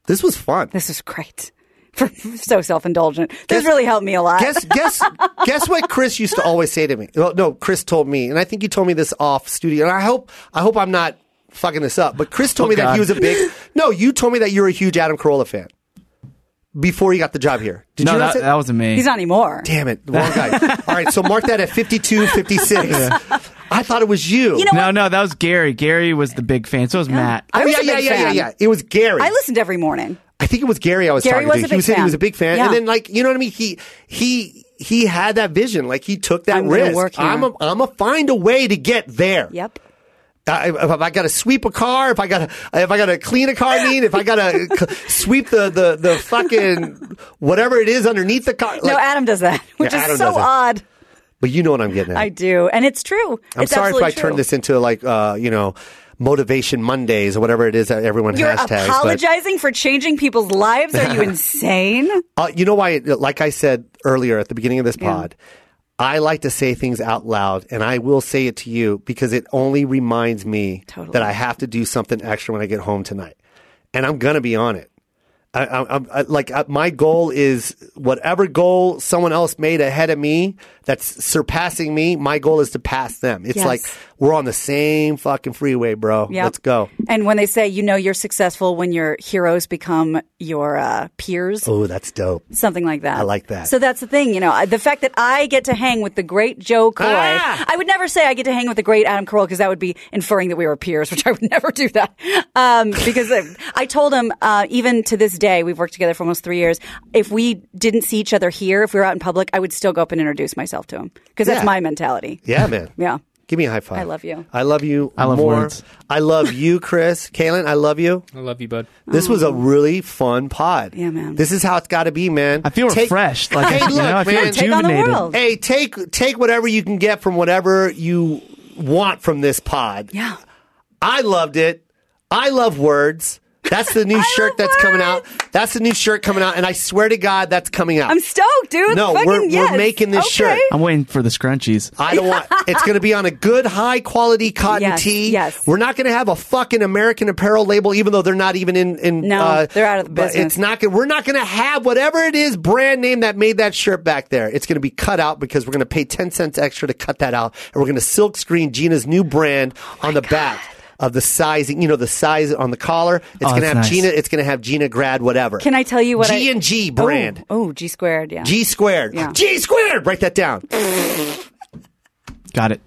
Speaker 2: This was fun.
Speaker 3: This is great. [laughs] so self indulgent. This
Speaker 2: Guess-
Speaker 3: really helped me a lot.
Speaker 2: guess guess guess what Chris used to always say to me. Well, no, Chris told me, and I think you told me this off studio. And I hope I hope I'm not fucking this up. But Chris told me that he
Speaker 4: Oh, God.
Speaker 2: was a big. No, you told me that you're a huge Adam Carolla fan before you got the job here. Did
Speaker 4: no,
Speaker 2: you
Speaker 4: that,
Speaker 2: not say?
Speaker 4: that wasn't me.
Speaker 3: He's not anymore.
Speaker 2: Damn it, the wrong
Speaker 4: [laughs]
Speaker 2: guy. All right, so mark that at 52, 56. I thought it was you.
Speaker 3: You know
Speaker 4: no,
Speaker 3: what?
Speaker 4: no, that was Gary. Gary was the big fan. So was Matt.
Speaker 3: I
Speaker 2: oh
Speaker 3: was
Speaker 2: yeah,
Speaker 3: a
Speaker 2: yeah,
Speaker 3: big
Speaker 2: yeah, yeah,
Speaker 3: fan.
Speaker 2: yeah. It was Gary.
Speaker 3: I listened every morning.
Speaker 2: I think it was Gary I was
Speaker 3: Gary
Speaker 2: talking
Speaker 3: was
Speaker 2: to. he
Speaker 3: a big
Speaker 2: was saying he
Speaker 3: fan.
Speaker 2: was a big fan,
Speaker 3: Yeah.
Speaker 2: and then like you know what I mean. He he he had that vision. Like he took that
Speaker 3: I'm gonna
Speaker 2: risk.
Speaker 3: work here.
Speaker 2: I'm a, I'm a find a way to get there.
Speaker 3: Yep.
Speaker 2: I, if I got to sweep a car, if I got to if I got to clean a car, I mean, if I got [laughs] to sweep the, the the fucking whatever it is underneath the car.
Speaker 3: no,
Speaker 2: like-
Speaker 3: Adam does that, [laughs] which
Speaker 2: Yeah,
Speaker 3: is
Speaker 2: Adam
Speaker 3: so
Speaker 2: does that.
Speaker 3: odd.
Speaker 2: but you know what I'm getting at.
Speaker 3: I do, and it's true.
Speaker 2: I'm
Speaker 3: it's
Speaker 2: sorry if
Speaker 3: absolutely
Speaker 2: I
Speaker 3: true.
Speaker 2: turned this into like uh, you know motivation Mondays or whatever it is that everyone
Speaker 3: You're
Speaker 2: hashtags. but-
Speaker 3: apologizing for changing people's lives?
Speaker 2: [laughs]
Speaker 3: Are you insane?
Speaker 2: Uh, you know why? Like I said earlier at the beginning of this pod, I like to say things out loud, and I will say it to you because it only reminds me
Speaker 3: Totally.
Speaker 2: that I have to do something extra when I get home tonight, and I'm gonna be on it. I, I, I'm I, like I, my goal is whatever goal someone else made ahead of me that's surpassing me. My goal is to pass them. It's
Speaker 3: Yes.
Speaker 2: like we're on the same fucking freeway, bro.
Speaker 3: Yep.
Speaker 2: Let's go.
Speaker 3: And when they say, you know, you're successful when your heroes become your uh, peers,
Speaker 2: Oh, that's dope.
Speaker 3: something like that.
Speaker 2: I like that.
Speaker 3: So that's the thing, you know, I- the fact that I get to hang with the great Joe Coy.
Speaker 2: Ah!
Speaker 3: I would never say I get to hang with the great Adam Carolla because that would be inferring that we were peers, [laughs] which I would never do that. Um, because I, I told him, uh, even to this day, we've worked together for almost three years. If we didn't see each other here, if we were out in public, I would still go up and introduce myself to him because that's
Speaker 2: Yeah.
Speaker 3: my mentality.
Speaker 2: Yeah, man.
Speaker 3: [laughs] Yeah.
Speaker 2: Give me a high five.
Speaker 3: I love you.
Speaker 2: I love you.
Speaker 4: I love
Speaker 2: more.
Speaker 4: words.
Speaker 2: I love
Speaker 3: [laughs]
Speaker 2: you, Chris. Kaylin, I love you.
Speaker 5: I love you, bud.
Speaker 2: This was a really fun pod.
Speaker 3: Oh. Yeah, man.
Speaker 2: This is how it's got to be, man.
Speaker 4: I feel
Speaker 2: Take-
Speaker 4: refreshed. Like,
Speaker 2: Hey,
Speaker 4: I, you know,
Speaker 2: look,
Speaker 4: I feel
Speaker 2: man.
Speaker 3: Take on the
Speaker 4: rejuvenated.
Speaker 3: world.
Speaker 2: Hey, take take whatever you can get from whatever you want from this pod.
Speaker 3: Yeah.
Speaker 2: I loved it. I love words. That's
Speaker 3: [laughs]
Speaker 2: the new shirt
Speaker 3: love
Speaker 2: that's coming out. That's the new shirt coming out, and I swear to God, that's coming out.
Speaker 3: I'm stoked, dude.
Speaker 2: No,
Speaker 3: Fucking
Speaker 2: we're- we're
Speaker 3: yes.
Speaker 2: making this
Speaker 3: Okay.
Speaker 2: shirt.
Speaker 4: I'm waiting for the scrunchies.
Speaker 2: I don't
Speaker 3: [laughs]
Speaker 2: want. It's going to be on a good, high quality cotton
Speaker 3: Yes,
Speaker 2: tee.
Speaker 3: yes.
Speaker 2: We're not going to have a fucking American Apparel label, even though they're not even in. in
Speaker 3: No,
Speaker 2: uh,
Speaker 3: they're out of the
Speaker 2: but
Speaker 3: business.
Speaker 2: It's not. gonna- We're not going to have whatever it is brand name that made that shirt back there. It's going to be cut out because we're going to pay ten cents extra to cut that out, and we're going to silk screen Gina's new brand
Speaker 3: Oh
Speaker 2: on the back. Of the sizing, you know, the size on the collar. It's
Speaker 4: Oh,
Speaker 2: gonna
Speaker 4: that's
Speaker 2: have
Speaker 4: nice.
Speaker 2: Gina. It's gonna have Gina Grad. Whatever.
Speaker 3: Can I tell you what I-
Speaker 2: G and G brand.
Speaker 3: Oh, oh, G squared. Yeah.
Speaker 2: G squared.
Speaker 3: Yeah.
Speaker 2: G squared. Write that down.
Speaker 4: Got it.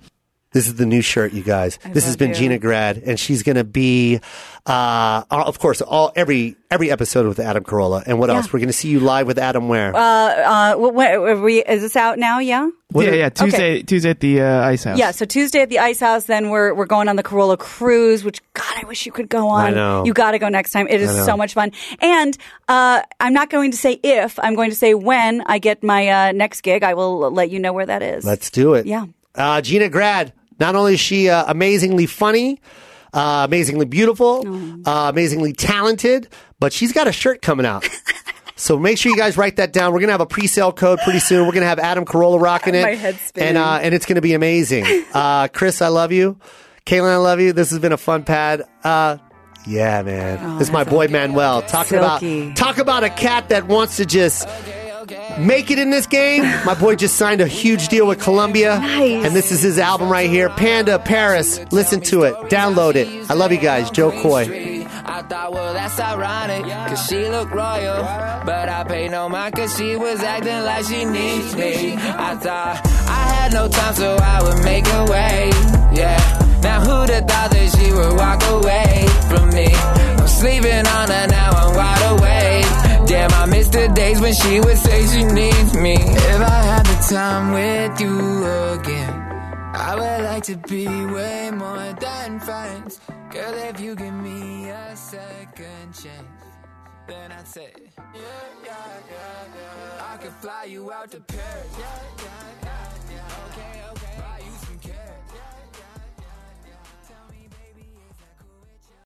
Speaker 2: This is the new shirt, you guys. this has
Speaker 3: love
Speaker 2: been
Speaker 3: you.
Speaker 2: Gina Grad, and she's going to be, uh, of course, all every every episode with Adam Carolla. And what else? We're going to see you live with Adam Ware.
Speaker 3: Uh, wh- wh- are we, is this out now? Yeah.
Speaker 4: yeah, yeah. Tuesday, Tuesday at the uh, Ice House.
Speaker 3: Yeah. So Tuesday at the Ice House. Then we're we're going on the Corolla cruise, which God, I wish you could go on.
Speaker 2: I know.
Speaker 3: You got to go next time. It is so much fun. And uh, I'm not going to say if. I'm going to say when I get my uh, next gig. I will let you know where that is.
Speaker 2: Let's do it.
Speaker 3: Yeah.
Speaker 2: Uh, Gina Grad. Not only is she uh, amazingly funny, uh, amazingly beautiful,
Speaker 3: Oh.
Speaker 2: uh, amazingly talented, but she's got a shirt coming
Speaker 3: [laughs]
Speaker 2: out. So make sure you guys write that down. We're gonna have a pre-sale code pretty soon. We're gonna have Adam Carolla rocking it,
Speaker 3: [laughs] My head's spinning.
Speaker 2: and uh, and it's gonna be
Speaker 3: [laughs]
Speaker 2: amazing. Uh, Chris, I love you. Kaylin, I love you. This has been a fun pad. Uh, yeah, man. this is my boy Manuel talking
Speaker 3: Oh, Silky.
Speaker 2: about talk about a cat that wants to just make it in this game. My boy just signed a huge deal with Columbia.
Speaker 3: Nice.
Speaker 2: And this is his album right here, Panda Paris. Listen to it, download it. I love you guys, Joe Coy.
Speaker 6: I thought, well, that's ironic, cause she looked royal. But I paid no mind, cause she was acting like she needs me. I thought I had no time, so I would make her way. Yeah, now who'd have thought that she would walk away from me? I'm sleeping on her now, I'm wide awake. Damn, I miss the days when she would say she needs me. If I had the time with you again. I would like to be way more than friends. Girl, if you give me a second chance, then I'd say, yeah, yeah, yeah, yeah. I could fly you out to Paris. Yeah, yeah, yeah.